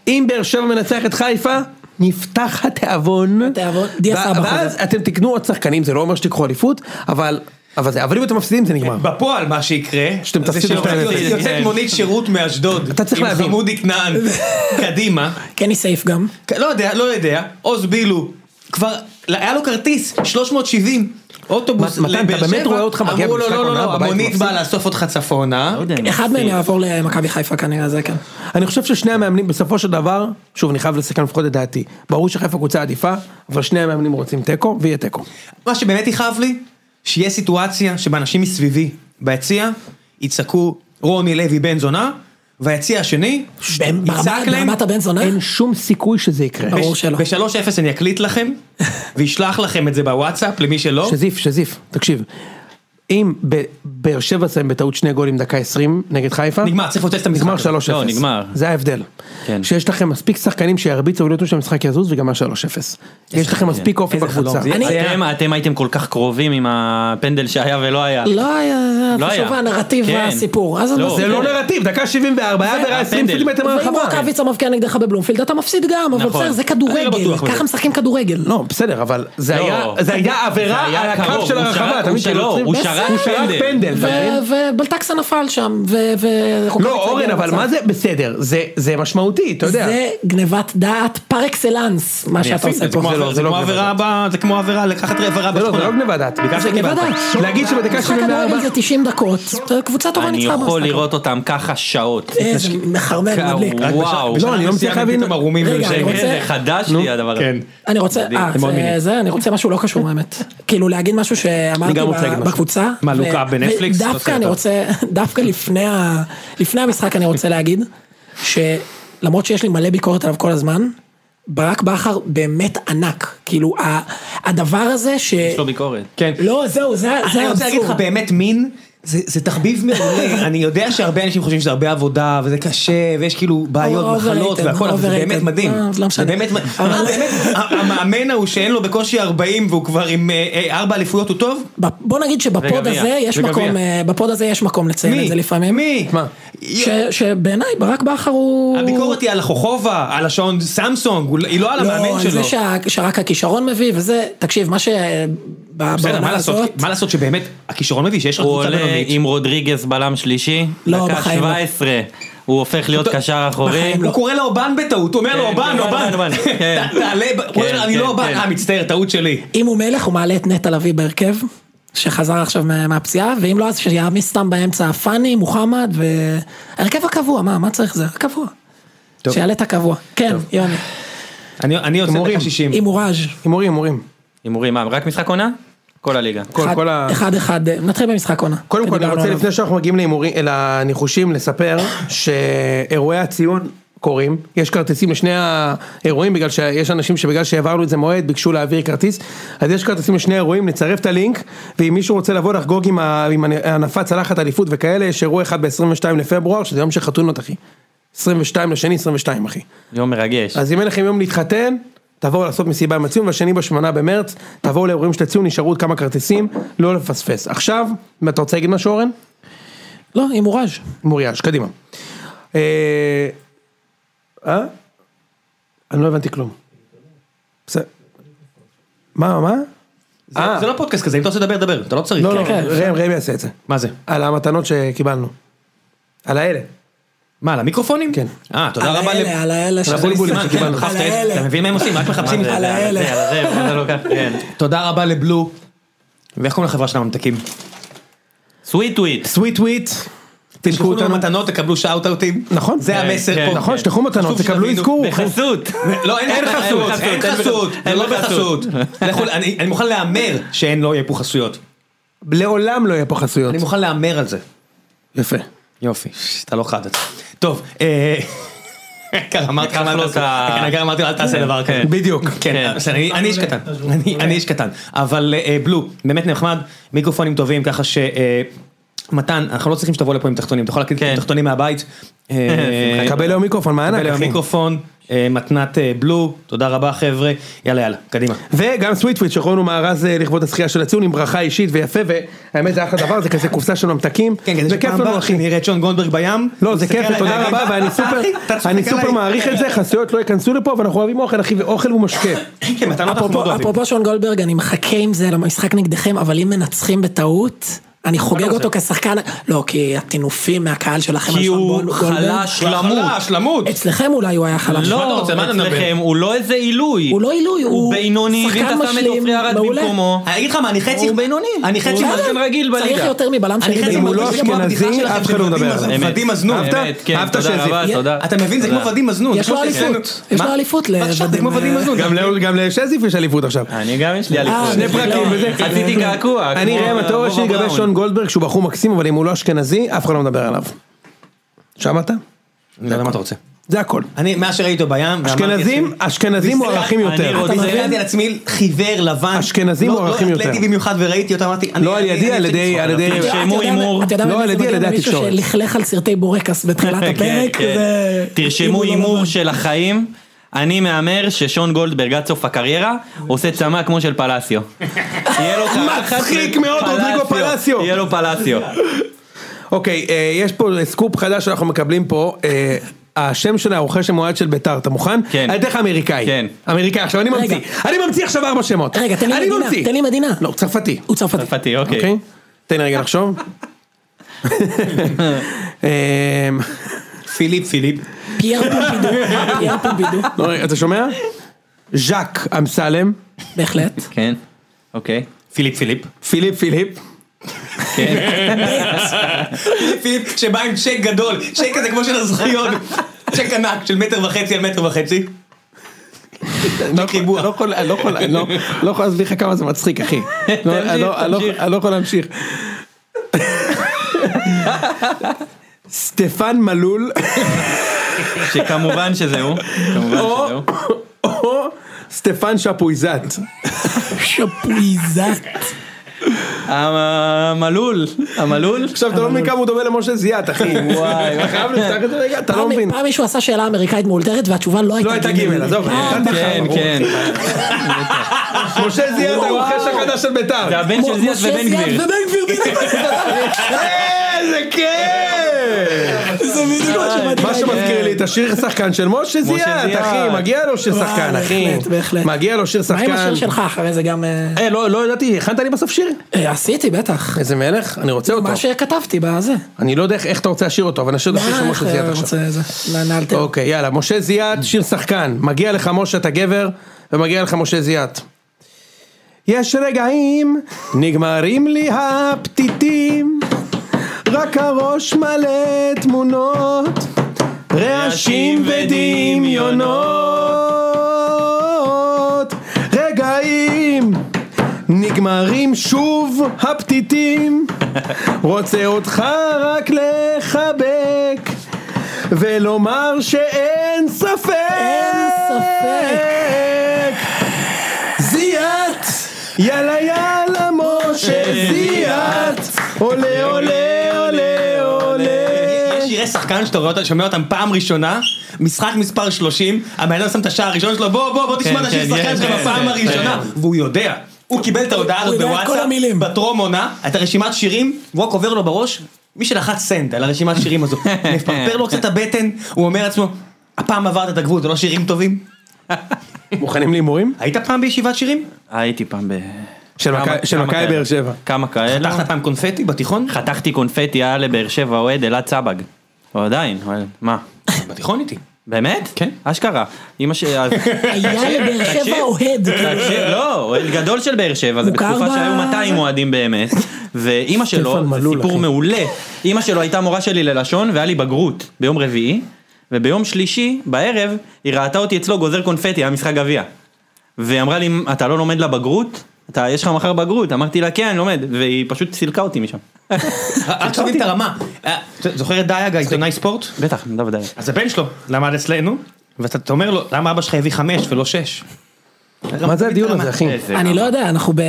אם באר שבע מנצח את חיפה, נפתח התיאבון, התיאבון, דיה ו- סבא ואז אתם תקנו עוד שחקנים, זה לא אומר שתיקחו אליפות, אבל אבל זה- אבל אם אתם מפסידים זה נגמר. בפועל מה שיקרה, שאתם זה תפסידו שיוצאת- שתיים אפס. יוצאת מונית שירות מאשדוד, אתה צריך עם להבין. חמודי (laughs) כנען, קדימה, קני כן, סייף גם. כן, לא יודע, לא יודע, עוז בילו, כבר, היה לו כרטיס, 370, אוטובוס מתן, אתה לבאר שבע, באמת רואה אותך מגיע אמרו לו במשחק לא לא עונה לא, בבית המונית מפסיד?" באה לאסוף אותך צפונה, לא יודע, אני כן, אחד מפסיד. מהם יעבור למכבי חיפה כנראה, זה כן. אני חושב ששני המאמנים בסופו של דבר, שוב אני חייב לסכם לפחות את דעתי, ברור שחיפה קבוצה עדיפה, אבל שני המאמנים יכולים תיקו, ויהיה תיקו. מה שבאמת יכאב לי, שיהיה סיטואציה שבה אנשים מסביבי, ביציע, יצעקו רוני לוי בן זונה, והיציע השני, בן- ברמה- יצעק להם, ברמת הבן זונה? אין שום סיכוי שזה יקרה. ברור שלא. ב-3-0 (laughs) אני אקליט לכם, ואשלח לכם את זה בוואטסאפ למי שלא. שזיף, שזיף, תקשיב. אם ב- באר שבע שמים בטעות שני גולים דקה 20 נגד חיפה, נגמר, צריך לבטל את המשחק נגמר הזה. 3-0. לא, נגמר. זה ההבדל. כן. שיש לכם מספיק שחקנים שירביצו ולא יתנו שהמשחק יזוז וגמר 3-0. יש לכם מספיק אופי איזה בקבוצה. חלום. זה- אני- אתם, אתם הייתם כל כך קרובים עם הפנדל שהיה ולא היה. לא היה, לא היה. חשוב הנרטיב כן. והסיפור. אז לא, זה לא כן. נרטיב, דקה 74, היה בעירה 20 הפנדל. סנטימטר ואם מהרחבה. רוקאביצה מבקיע נגדך בבלומפילד אתה מפסיד גם, אבל נכון. בסדר זה אני לא כדורגל, בטוח בזה. ככה משחקים כדורגל. לא, בסדר, אבל זה לא. היה- זה היה עבירה זה היה על הקו קרוב, של הוא הרחבה, שרק- אתה הוא מבין? כאילו שלא, עוצרים- הוא שרק הוא שרק פנדל. פנדל, אתה לא, מבין? ו- ובלטקסה נפל שם, ו- ו- ורוקאביצה לא, אורן, הגיע אבל למצב. מה זה בסדר? זה- זה משמעותי, אתה יודע. זה גנבת דעת פר אקסלנס, מה שאתה יפים, עושה זה פה. כמו זה לא- עבירה- זה זה לא כמו גניבת עבירה, ב- זה כמו עבירה, לקחת עבירה זה לא, זה בשכונה. לא גניבת דעת. ביקשת זה גניבת גניבת דעת. דעת. להגיד שבדקה משחק 74... כדורגל זה 90 דקות, קבוצה טובה אני ניצחה יכול במשחק. לראות אותם ככה שעות. איזה מחרמן כ- מדליק. רק בשעה- וואו. בשעה לא, אני לא מסוימת מצליח להבין. פתאום ערומים רגע, וזה- אני רוצה- זה חדש לי הדבר הזה. כן. אני רוצה, אה, מאוד זה- מיני. זה, אני רוצה משהו לא קשור האמת. כאילו להגיד משהו שאמרתי גם רוצה ב- להגיד משהו. בקבוצה. מה, ו- לוקה בנטפליקס? לא ודווקא סרט. אני רוצה, (laughs) דווקא לפני ה- לפני המשחק אני רוצה להגיד, שלמרות שיש לי מלא ביקורת עליו כל הזמן, ברק בכר באמת ענק. כאילו ה- הדבר הזה ש... יש לו ביקורת. כן. לא, זהו, זה זה אני רוצה להגיד לך האבסורד. באמת מין, זה זה תחביב (laughs) מעולה, אני יודע שהרבה אנשים חושבים שזה הרבה עבודה וזה קשה ויש כאילו בעיות, Overrated, מחלות והכל, אבל זה באמת overrated. מדהים, לא, זה לא זה משנה. באמת, מ- אבל- אבל באמת, ה- המאמן ההוא שאין לו בקושי 40 והוא כבר עם אה, אה, ארבע אליפויות הוא טוב, ב- בוא נגיד שבפוד וגביע. הזה יש וגביע. מקום, אה, בפוד הזה יש מקום לציין את מי? זה לפעמים. מי? מה? ש- שבעיניי ברק בכר הוא... הביקורת היא על החוכובה, על השעון סמסונג, הוא- היא לא על לא, המאמן על שלו. זה שה- שרק הכישרון מביא, וזה, תקשיב, מה ש... ב- בסדר, מה בעונה לעשות, הזאת, מה לעשות שבאמת, הכישרון מביא שיש לך הוא קבוצה עולה בינונית. עם רודריגז בלם שלישי. לא, דקה בחיים לא. 17. הוא הופך להיות קשר אחורי. בחיים לא. הוא קורא לאובן בטעות, הוא אומר לו אובן, כן, אובן, אובן, אובן, (laughs) כן. ת- תעלה, הוא אומר, אני כן, לא אובן, כן. אה מצטער, טעות שלי. אם הוא מלך, הוא מעלה את נטע לביא בהרכב, שחזר עכשיו מה- מהפציעה, ואם לא, אז שיעמיס סתם באמצע פאני, מוחמד, והרכב הקבוע, מה, מה צריך זה? הקבוע. שיעלה את הקבוע. כן, יוני. אני- אני יוצא הימורים. דקה 60. הימוראז'. הימורים, הימורים. הימורים, מה, רק משחק עונה? כל הליגה. כל- כל ה- אחד אחד, אה, נתחיל במשחק עונה. קודם כל אני שדיברנו רוצה עליו. לפני שאנחנו מגיעים להימורים- לניחושים לספר שאירועי הציון קורים, יש כרטיסים לשני האירועים בגלל שיש אנשים שבגלל שהעברנו את זה מועד ביקשו להעביר כרטיס, אז יש כרטיסים לשני האירועים, נצרף את הלינק, ואם מישהו רוצה לבוא לחגוג עם ה- עם הנפת צלחת אליפות וכאלה, יש אירוע אחד ב-22 לפברואר שזה יום של חתונות אחי, 22 לשני 22 אחי, יום מרגש. אז אם אין לכם יום להתחתן, תבואו לעשות מסיבה עם הציון, והשני בשמונה במרץ, תבואו לאירועים של הציון, נשארו עוד כמה כרטיסים, לא לפספס. עכשיו, אם אתה רוצה להגיד משהו אורן? לא, הימוראז'. מורייש, קדימה. אה? אה? אני לא הבנתי כלום. בסדר. מה, מה? זה- אה. זה לא פודקאסט כזה, אם אתה רוצה לדבר, דבר, אתה לא צריך. לא, לא, כן. ראם, ראם יעשה את זה. מה זה? על המתנות שקיבלנו. על האלה. מה, על המיקרופונים? כן. אה, תודה על רבה. האלה, ל- על האלה על של- הבולבולים על שקיבלנו. האלה. חפת עץ. אתה מבין מה הם עושים? רק מחפשים. זה, על האלה. זה, על זה, על זה לוקח, כן. תודה רבה לבלו. ואיך קוראים לחברה של הממתקים? סוויט וויט. סוויט וויט. תלכו תשלחו לנו אותנו. מתנות, תקבלו שאוט-אוטים. נכון. זה כן, המסר כן, פה. נכון, כן. שלחו מתנות, חשוב תקבלו שתבינו. אזכור. בחסות. לא, אין חסות, אין חסות, זה אין לא בחסות. לכו- אני אני מוכן להמר שאין, לא יהיה פה חסויות. לעולם לא יהיה פה חסויות. אני מוכן להמר על זה. יפה. יופי, אתה לא חד. טוב, אה, ככה אמרתי לך, לקח אל לו תעשה- את ה- כן, גם אמרתי לו, אל תעשה דבר כזה. בדיוק. כן, כן. בסדר, אני אני איש קטן, אני- אני איש קטן, אבל אה, בלו, באמת נחמד, מיקרופונים טובים, ככה ש... אה, מתן, אנחנו לא צריכים שתבוא לפה עם תחתונים, אתה יכול להקליט כן. עם תחתונים מהבית. (laughs) אה, קבל היום מיקרופון, מה קבל הענק, היום אחי. מיקרופון, אה, מתנת אה, בלו, תודה רבה חבר'ה, יאללה יאללה, קדימה. וגם סוויטוויט שקוראים מארז אה, לכבוד הזכייה של הציון עם ברכה אישית ויפה והאמת זה אחלה דבר זה כזה קופסה של ממתקים כן, זה כיף לנו אחי נראה את שון גונדברג בים. לא זה כיף ותודה רבה (laughs) (laughs) ואני סופר אני סופר מעריך את (laughs) זה חסויות לא ייכנסו לפה ואנחנו אוהבים אוכל אחי ואוכל הוא משקה כן, מתנות אנחנו מאוד אפרופו- אוהבים. אפרופו שון גולדברג, אני מחכה עם זה למשחק נגדכם, אבל אם מנצחים בטעות, אני חוגג אותו כשחקן, לא, כי הטינופים מהקהל שלכם על כי שון הוא גול- גולדברג, חלש למות. חלש, למות. אצלכם אולי הוא היה חלש. מה אתה לא, רוצה, מה אתה מדבר? אצלכם הוא לא איזה עילוי. הוא לא עילוי, הוא בינוני, ואם שחקן אתה שם את משלים, עופרי ארד מעולה. במקומו. אני אגיד לך מה, אני חצי... הוא בינוני. אני חצי... הוא מרגיש- שחקן רגיל בליגה. צריך יותר מבלם אני שני. חצי אם הוא לא מרגיש כמו אשכנזי, הבדיחה שלכם אף של אחד לא ודים מדבר מזנון. עליו. אמת, ודים מזנון. אמת, כן, אהבת תודה שזה- רבה, תודה. אתה מבין, זה כמו תודה. ודים מזנון. יש זה כמו לו שיש אליפות. לנו- יש מה? לו אליפות מה, לודים, עכשיו זה כמו ודים אה, מזנון. גם ל- גם לשזיף יש אליפות עכשיו אני גם יש לי אליפות. שני פרקים לא, וזה עשיתי קעקוע. אני כמו ראם התיאוריה שלי בובה לגבי בראון. שון גולדברג שהוא בחור מקסים אבל אם הוא לא אשכנזי אף אחד לא מדבר עליו שמעת? אני לא יודע מה אתה רוצה. זה הכל. אני, מאז שראיתי אותו בים, ואמרתי אשכנזים, לעצמי, אשכנזים "תסתכל, מוערכים אני יותר. רוצה- אתה הסתכלתי על עצמי חיוור לבן. אשכנזים לא- מוערכים לא יותר. התלתי במיוחד וראיתי אותו, אמרתי... אני- לא על אני- ידי, אני על רוצה ידי, לצחוק על ידי, עליו. אתה יודע- שימו אתה יודע- הימור. אתה יודע לא, מה על זה ידי, על מדהים? ידי מישהו התקשורת. שלכלך על סרטי בורקס בתחילת (laughs) כן, הפרק, לא כן. זה... כאילו לא תרשמו הימור של החיים. אני מהמר ששון גולדברג עד סוף הקריירה עושה צמא כמו של (laughs) פלסיו. יהיה לו קרחת מצחיק מאוד, רודריגו פלסיו. יהיה לו פלסיו. אוקיי, אה, יש פה סקופ חדש שאנחנו מקבלים פה. אה, השם של הרוכש המועד של ביתר, אתה מוכן? כן. על ידך אמריקאי. כן. אמריקאי, עכשיו אני רגע. ממציא. אני ממציא עכשיו ארבע שמות. רגע, תן לי אני מדינה, ממציא. תן לי מדינה. לא, הוא צרפתי. הוא צרפתי. צרפתי, אוקיי. אוקיי? תן לי רגע (laughs) לחשוב. אמ, פיליפ, פיליפ. (laughs) פייר פומפידו. פייר פומפידו. לא, רגע, אתה שומע? ז'אק אמסלם, בהחלט. (laughs) כן. אוקיי. פיליפ, פיליפ. פיליפ פיליפ, לא פיליפ שבא עם צ'ק גדול, צ'ק כזה כמו של (laughs) הזכיון. צ'ק ענק של מטר וחצי על מטר וחצי. לא יכול- לא יכול- לא יכול- לא- לא יכול להסביר לך כמה זה מצחיק (laughs) אחי, לא, אני לא- אני לא- תמשיך. אני לא יכול להמשיך. סטפן מלול שכמובן שזה הוא. כמובן או- שזה הוא. או סטפן שפויזת, שפויזת. המלול. המלול. עכשיו אתה לא מבין כמה הוא דומה למשה זיאת (laughs) אחי, וואי. אתה חייב לפתח את זה רגע, אתה לא פעם- מבין, פעם מישהו עשה שאלה אמריקאית מאולתרת והתשובה לא הייתה לא הייתה גימל, עזוב, פעם- נתתי לך, כן, ברור. כן. משה זיאת הרוכש החדש של זה ביתר, הבן של זיאת משה ובן זיאת גביר. ובן גביר, בדיוק. (laughs) איזה כיף! זה בדיוק מה שבאתי מה להגיד. שמזכיר לי את השיר שחקן של משה זיאת, זיאת. אחי, מגיע לו שיר וואי, שחקן, אחי. בהחלט, בהחלט. מגיע לו שיר אה, מה עם שחקן. השיר שלך אחרי זה גם... אה, אה, לא, לא ידעתי, הכנת לי בסוף שיר? אה, עשיתי בטח. איזה מלך, אני רוצה אותו. מה שכתבתי בזה. אה, אני לא יודע איך- איך אתה רוצה לשיר אותו, אבל נשאיר את השיר של משה זיאת עכשיו. עכשיו. אוקיי, יאללה, משה זיאת, שיר שחקן. מגיע לך משה אתה גבר, ומגיע לך משה זיאת. יש רגעים, נגמרים לי הפתיתים, רק הראש מלא תמונות, רעשים ודמיונות. רגעים, נגמרים שוב הפתיתים, רוצה אותך רק לחבק, ולומר שאין ספק. אין ספק. זיאת, יאללה יאללה משה זיאת, עולה עולה עולה עולה. אה, יש שירי שחקן שאתה רואה אותם, שומע אותם פעם ראשונה, משחק מספר 30, הבן אדם שם את השער הראשון שלו, בוא בוא בוא תשמע כן, את השיר כן, שחקן יש, שלך כן, בפעם כן, הראשונה, כן. והוא יודע. הוא קיבל את ההודעה הוא הזאת יודע את כל בוואטסאפ, המילים. בטרום עונה, את הרשימת שירים, והוא רק עובר לו בראש, מי שלחץ סנט על הרשימת שירים הזו, מפרפר לו קצת את הבטן, הוא אומר לעצמו, הפעם עברת את הגבול, זה לא שירים טובים? מוכנים להימורים? היית פעם בישיבת שירים? הייתי פעם ב... של מכבי- כמה- של כמה מכבי כאלה? באר שבע. כמה כאלה? פתחת פעם קונפטי בתיכון? חתכתי קונפטי על לבאר שבע אוהד אלעד סבג. או עדיין, אבל מה? בתיכון איתי. באמת? כן. אשכרה. אמא ש... אז- (laughs) היה לבאר שבע אוהד. תקשיב, לא, אוהד גדול של באר שבע, זה מוכר בתקופה ב- שהיו 200 אוהדים באמת, ואימא שלו, סטפן זה מלול, סיפור אחי. מעולה, אימא שלו הייתה מורה שלי ללשון והיה לי בגרות ביום רביעי, וביום שלישי בערב היא ראתה אותי אצלו גוזר קונפטי, היה משחק גביע. והיא אמרה לי, אתה לא לומד לבגרות? אתה, יש לך מחר בגרות? אמרתי לה, כן, אני לומד, והיא פשוט סילקה אותי משם. רק שתבין את הרמה. אה, זוכר את דייג, העיתונאי ספורט? בטח, לא בוודאי. אז הבן שלו למד אצלנו, ואתה אומר לו, למה אבא שלך הביא חמש ולא שש? לא, מה זה הדיון הזה אחי? אני לא יודע, אנחנו ב-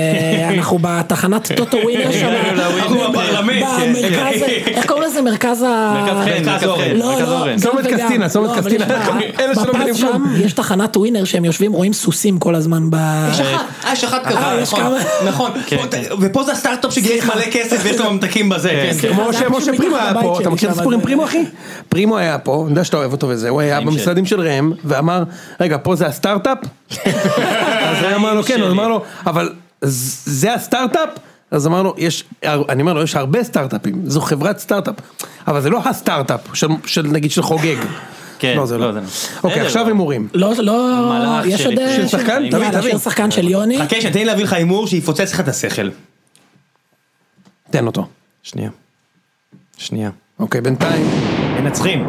אנחנו בתחנת טוטו ווינר שם. אנחנו בפרלמנט, כן. במרכז, איך קוראים לזה? מרכז ה... מרכז חן, מרכז אורן. חן, לא, מרכז לא, אורן. גם צומת וגם. קסטינה, צומת לא, אבל קסטינה. יש (laughs) בה- אלה שלא מבינים בפאב שם כלום. יש תחנת ווינר שהם יושבים, רואים סוסים כל הזמן ב... אה, יש אחת אה, כזאת, יש נכון. כמה. נכון. כן, כן. ופה זה הסטארט-אפ שגייס מלא כסף ויש לו ממתקים בזה. כן, כן. כמו זה היה שמשה פרימו היה פה, פשוט מתחת לבית שלי אתה מכיר את שם, הסיפור עם אז- פרימו אחי? פרימו היה פה, אני יודע שאתה אוהב אותו וזה, הוא היה חיים במשרדים של ראם, ואמר, רגע, פה זה הסטארט-אפ? אז ראם אמר לו, כן, שלי. הוא אמר לו, אבל ז- זה הסטארט-אפ? אז אמר לו, יש, אני אומר לו, יש הרבה סטארט-אפים, זו חברת סטארט-אפ, אבל זה לא הסטארט-אפ, של- של נגיד של חוגג. כן, לא, זה לא. לא, זה לא. אוקיי, בסדר, עכשיו אבל- הימורים. לא, לא, המלאך יש שלי. עוד... שיר שחקן? תביא, יאללה, תביא. שיר שחקן של יוני. חכה, שנייה, תן לי להביא לך הימור שיפוצץ לך את השכל. תן אותו. שנייה. שנייה. אוקיי, בינתיים, מנצחים.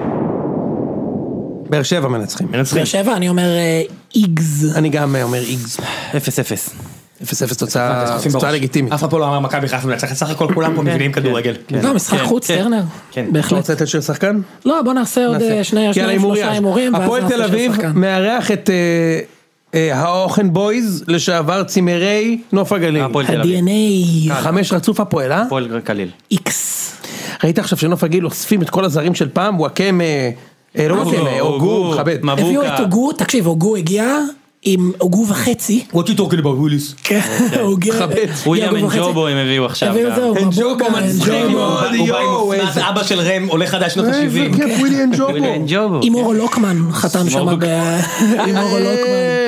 באר שבע מנצחים. מנצחים. באר שבע, אני אומר אה, איגז. אני גם אה, אומר איגז. 0-0. אפס אפס תוצאה תוצאה לגיטימית. אף אחד פה לא אמר מכבי חיפה מנצחת, סך הכל כולם פה מבינים כדורגל. לא, משחק חוץ, כן, טרנר. כן. אתה בהחלט. רוצה לתת שיר שחקן? לא, בוא נעשה עוד אה, שני יאללה, שניים, הימור שלושה יש. הימורים. ואז הפועל נעשה תל של אביב שחקן. מארח את אה, אה, האוכן בויז לשעבר צימרי נוף הגליל. הפועל תל אביב. ה-DNA, חמש רצוף הפועל, אה? הפועל קליל. איקס. ראית עכשיו שנוף הגליל אוספים את כל הזרים של פעם, וואקמה, אה, לא אוגו, וואקמה, הוגו, אוגו. מכבד. מבוקה. הביאו את הוגו, תקשיב, הוגו הגיע עם הוגו וחצי. What you talking about, וויליס? כן, (laughs) הוא אוקיי. הגיע- מכבד. הגיע וויליאם הוגו וחצי. אנג'ובו הם הביאו עכשיו. הביאו גם. זהו, מבוקה, אנג'ובו מצחיק אנג'ובו. מאוד. הוא בא עם יואו, אופנת איזה- אבא של רם, עולה חדש שנות כן, ה-70. כיף ווילי כן, וויליאם אנג'ובו. אנג'ובו. עם אורו לוקמן חתם שם ב... (laughs) עם כן, אורו לוקמן.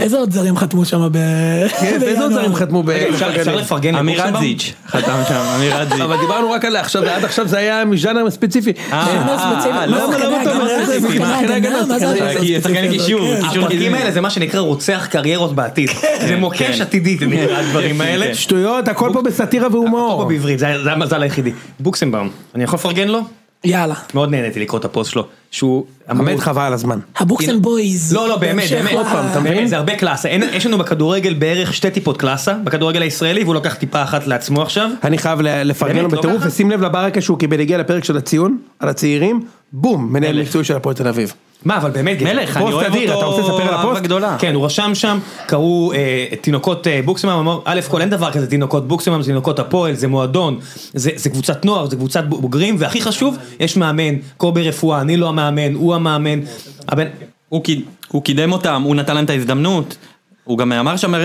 איזה עוד זרים חתמו שם ב... אה. כן, ואיזה עוד בינואר? זרים חתמו ב... אפשר לפרגן אמיר לבוקסבאום? אדזיץ' כן. חתם שם, אמיר (laughs) אדזיץ'. אבל דיברנו רק על עכשיו, ועד עכשיו זה היה מז'אנר ספציפי. שנה אה, ספציפית. מה אה, למה- שחקני למה אתה אומר הגנה? את זה? שחקני שחקני הגנה, הגנה, מה שחקני זה? הגנה. כי שחקן קישור, כן. קישור. הפרקים האלה זה מה שנקרא רוצח קריירות בעתיד. זה מוקש כן. (laughs) עתידי, זה נקרא הדברים האלה. כן. שטויות, הכל פה בסאטירה פה והומור. בעברית, זה זה המזל היחידי. בוקסנבאום, אני יכול לפרגן לו? יאללה. מאוד נהניתי לקרוא את הפוסט שלו. שהוא... באמת חבל על הזמן. הבוקס אנד בויז. לא, לא, באמת, בהמשך באמת. ל- באמת, זה הרבה קלאסה. אין- יש לנו בכדורגל בערך שתי טיפות קלאסה, בכדורגל הישראלי, והוא לוקח טיפה אחת לעצמו עכשיו. אני חייב ל- לפרגן לו באמת, לא בטירוף, ככה? ושים לב לברקה שהוא קיבל, הגיע לפרק של הציון, על הצעירים, בום, מנהל מקצועי של הפועל תל אביב. מה, אבל באמת, גבר. מלך, אני פוסט אוהב אדיר, אותו. אתה רוצה לספר על הפוסט? אהבה גדולה. כן, הוא רשם שם, קראו אה, תינוקות אה, בוקסמאם, אמר, א' כל אין דבר כזה תינוקות בוקסמאם, זה תינוקות הפועל, זה מועדון, זה, זה קבוצת נוער, זה קבוצת בוגרים, והכי חשוב, יש מאמן, קובי רפואה, אני לא המאמן, הוא המאמן. הבן, הוא קיד- הוא קידם אותם, הוא נתן להם את ההזדמנות. הוא גם אמר שם, אה,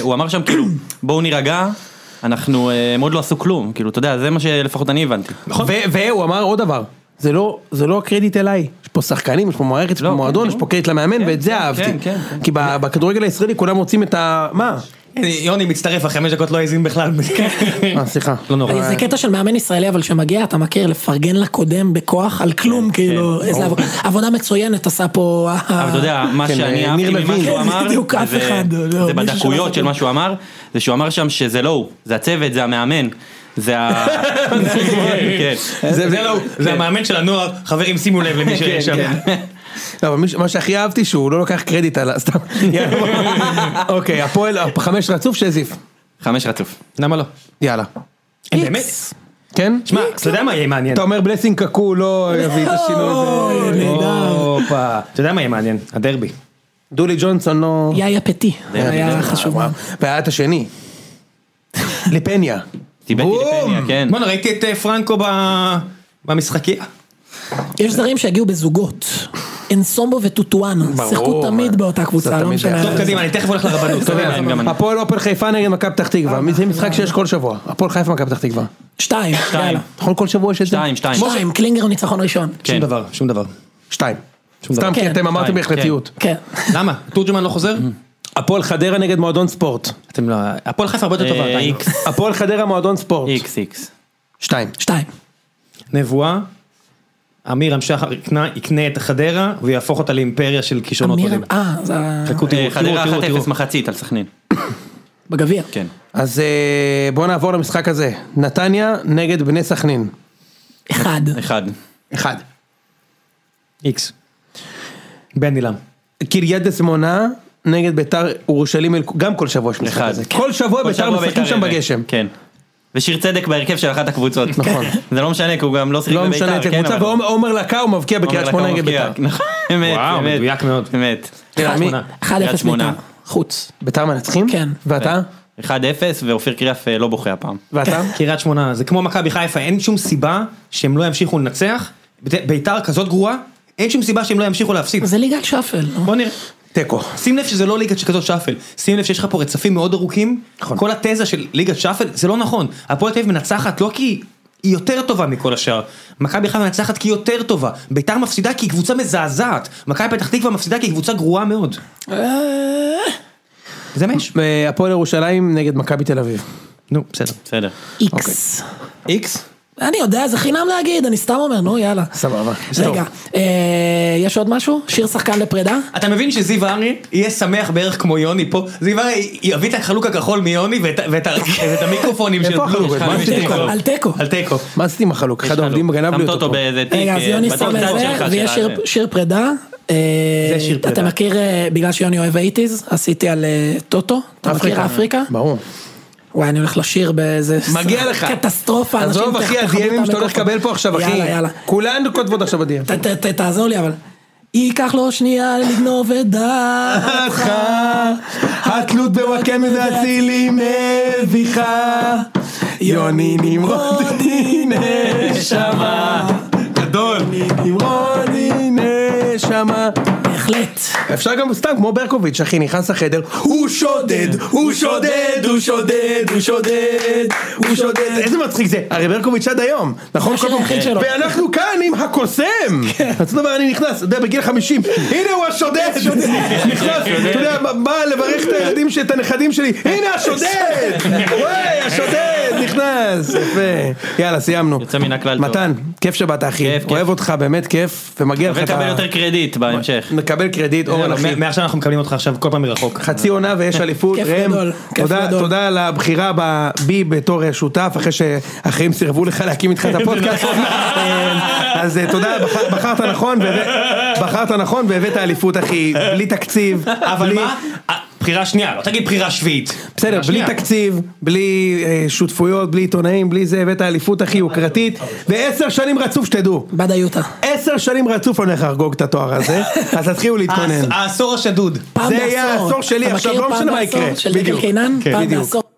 הוא אמר שם כאילו, בואו נירגע, אנחנו, אה, הם עוד לא עשו כלום. כאילו, אתה יודע, זה מה שלפחות אני הבנתי. ו- והוא אמר עוד דבר, זה לא, זה לא הקרדיט אליי, יש פה שחקנים, יש פה מערכת, יש פה לא, מועדון, כן, יש פה קרדיט למאמן, כן, ואת זה כן, כן, אהבתי. כן, כן. כי ב- בכדורגל הישראלי כולם רוצים את ה... מה? הנה, יוני מצטרף, אחרי חמש דקות לא האזין (laughs) בכלל. אה, סליחה. לא נורא. זה קטע של מאמן ישראלי אבל שמגיע אתה מכיר לפרגן לקודם בכוח על כלום כאילו איזה עבודה- עבודה מצוינת עשה פה. אה, אבל אתה יודע, מה כן, שאני ניר אהבתי ממה לוין. שהוא כן, אמר, בדיוק, אף זה- אחד, לא, זה מישהו בדקויות שלא של מה שהוא אמר, זה שהוא אמר שם שזה לא הוא, זה הצוות, זה המאמן. זה ה... כן, כן. כן. זה לא הוא, זה המאמן של הנוער, חברים שימו לב (laughs) למי שיש שם. לא, אבל מי ש- מה שהכי אהבתי שהוא לא לוקח קרדיט על ה... סתם. (laughs) אוקיי, הפועל, חמש רצוף, שזיף. חמש רצוף. למה לא? יאללה. הם באמת? כן? שמע, אתה יודע מה יהיה מעניין? אתה אומר בלסינג קקו לא יביא את השינוי לא. הזה. הופה. אתה יודע מה יהיה מעניין? הדרבי. דולי ג'ונסון לא... יאיה פטי. זה היה היה חשוב. מאוד. והיה את השני. לפניה. (laughs) טיבטי לפניה, כן. בואנה, ראיתי את אה, פרנקו ב- במשחקייה. יש זרים שהגיעו בזוגות. אנסומבו וטוטואנה. ברור, שיחקו מה. תמיד באותה זה קבוצה. לא תמיד משנה. היה. טוב, קדימה, אני תכף הולך לרבנות. אה, אתה יודע, אה, גם אני. הפועל הפועל חיפה נגד מכבי פתח תקווה. זה משחק שיש כל שבוע. הפועל חיפה מכבי פתח תקווה. שתיים. שתיים. יאללה. נכון כל שבוע יש את זה? שתיים, שתיים. כן. שתיים. קלינגר ניצחון ראשון. שום דבר, שום דבר. שתיים. שום סתם דבר. כי כן, אתם אמרתם שתיים, בהחלטיות. כן. למה? תורג'מן לא חוזר? Mm-hmm. הפועל חדרה נגד מועדון ספורט. אתם לא... הפועל חיפה הרבה יותר טובה. אה, עדיין. לא. איקס, הפועל חדרה מועדון ספורט. איקס, איקס. שתיים. שתיים. נבואה. אמיר המשחר יקנה- יקנה את חדרה ויהפוך אותה לאימפריה של כישרונות אמיר... עולים. אה, זה ה- חכו אה, תראו, חדרה תראו, תראו, 1-0 תראו. מחצית על סכנין. בגביע. כן. אז אה, בואו נעבור למשחק הזה. נתניה נגד בני סכנין. אחד. אחד. אחד. איקס. בן אילם. קריית דסמונה נגד ביתר ירושלים, אל- גם כל שבוע יש משחק אחד. כן. הזה. כל שבוע כל ביתר שבוע משחקים שם בית"ר, בגשם. כן. ושיר צדק בהרכב של אחת הקבוצות. (laughs) נכון. זה לא משנה, כי הוא גם לא שיחק לא בביתר. משנה את כן, הקבוצה, אבל- ועומר לקאו מבקיע בקריית עומר שמונה לקאו נגד מבקיע. ביתר. נכון, (laughs) אמת, וואו, אמת. מדויק מאוד. אמת. תראה, מי- אחד קריית אפס שמונה. בית"ר. חוץ. ביתר מנצחים? כן. ואתה? 1-0 ואופיר קריאף אה, לא בוכה הפעם. ואתה? קריית שמונה זה כמו מכבי חיפה אין שום סיבה שהם לא ימשיכו לנצח. בית- ביתר כזאת גרועה אין שום סיבה שהם לא ימשיכו להפסיד. זה ליגת שפל. לא? נו. בוא נראה. (laughs) תיקו. שים לב שזה לא ליגת שכזאת שפל, שים לב שיש לך פה רצפים מאוד ארוכים, כל התזה של ליגת שפל זה לא נכון, הפועל תל אביב מנצחת לא כי היא יותר טובה מכל השאר, מכבי חיפה מנצחת כי היא יותר טובה, ביתר מפסידה כי היא קבוצה מזעזעת, מכבי פתח תקווה מפסידה כי היא קבוצה גרועה מאוד. זה מה יש. אה, הפועל ירושלים נגד מכבי תל אביב. נו בסדר. בסדר. איקס. איקס? אני יודע, זה חינם להגיד, אני סתם אומר, נו יאללה. סבבה. רגע, אה, יש עוד משהו? שיר שחקן לפרידה? אתה מבין שזיו ארי יהיה שמח בערך כמו יוני פה, זיו ארי יביא את החלוק הכחול מיוני ואת ה- ואת ה- ואת המיקרופונים של איפה החלוק? בלום. מה על עשיתם? תיקו, על תיקו. על תיקו. מה עשיתי עם החלוק? אחד העובדים גנב לי שמת אותו אותו פה. באיזה תיק. רגע, אז אה, יוני בצד שם את זה, שלך, של ויש ה- שיר- שיר פרידה, אה, שיר פרידה. אתה מכיר, אה, בגלל שיוני אוהב אייטיז, עשיתי על אה, טוטו, אתה מכיר אפריקה? ברור. וואי, אני הולך לשיר באיזה... מגיע לך. קטסטרופה, אנשים עזוב תח- אחי, תכבדו את הדיאמים שאתה הולך המיקרופון. לקבל פה עכשיו, אחי. יאללה, יאללה. כולנו כותבות עכשיו בדיאם. ת- ת- ת- תעזור לי אבל. ייקח לו שנייה לגנוב את דעתך. התלות בוואקמה ואצילי מביכה. יוני נמרוד הנה שמה. גדול. נמרוד הנה שמה. בהחלט. אפשר גם סתם כמו ברקוביץ' אחי נכנס לחדר הוא שודד הוא שודד הוא שודד הוא שודד הוא שודד איזה מצחיק זה הרי ברקוביץ' עד היום נכון השיר היחיד שלו. ואנחנו כאן עם הקוסם כן. אז אתה אומר אני נכנס אתה יודע בגיל 50 הנה הוא (laughs) השודד נכנס אתה יודע מה- בא לברך את הילדים שאת הנכדים שלי הנה (laughs) השודד וואי השודד נכנס יפה יאללה סיימנו יוצא מן הכלל טוב. מתן כיף שבאת אחי כיף, כיף. אוהב אותך באמת כיף ומגיע לך את ה- וקבל יותר לא, קרדיט בהמשך. נקבל קרדיט אורן אחי מ- מעכשיו אנחנו מקבלים אותך עכשיו כל פעם מרחוק. חצי עונה ויש אליפות, כיף ראם, גדול, כיף תודה- גדול. תודה על הבחירה ב- בי בתור אה, שותף, אחרי שאחרים סירבו לך להקים איתך את הפודקאסט, אה, אז אה, תודה, בחר- בחרת נכון, והבא- בחרת נכון והבאת אליפות אחי, בלי תקציב, אבל בלי- מה? אה, בחירה שנייה, לא תגיד בחירה שביעית. בסדר, בלי בחירה שנייה. תקציב, בלי אה, שותפויות, בלי עיתונאים, בלי זה, הבאת אליפות הכי יוקרתית, ועשר שנים רצוף שתדעו, בדיוטה. עשר שנים רצוף אני הולך לחגוג את התואר הזה, אז תתחילו להתכונן. העש- העשור השדוד. פעם זה בעשור. יהיה העשור שלי, אתה עכשיו מכיר לא פעם משנה מה בעשור יקרה, של דקל בדיוק. קינן? כן, פעם בדיוק. בעשור.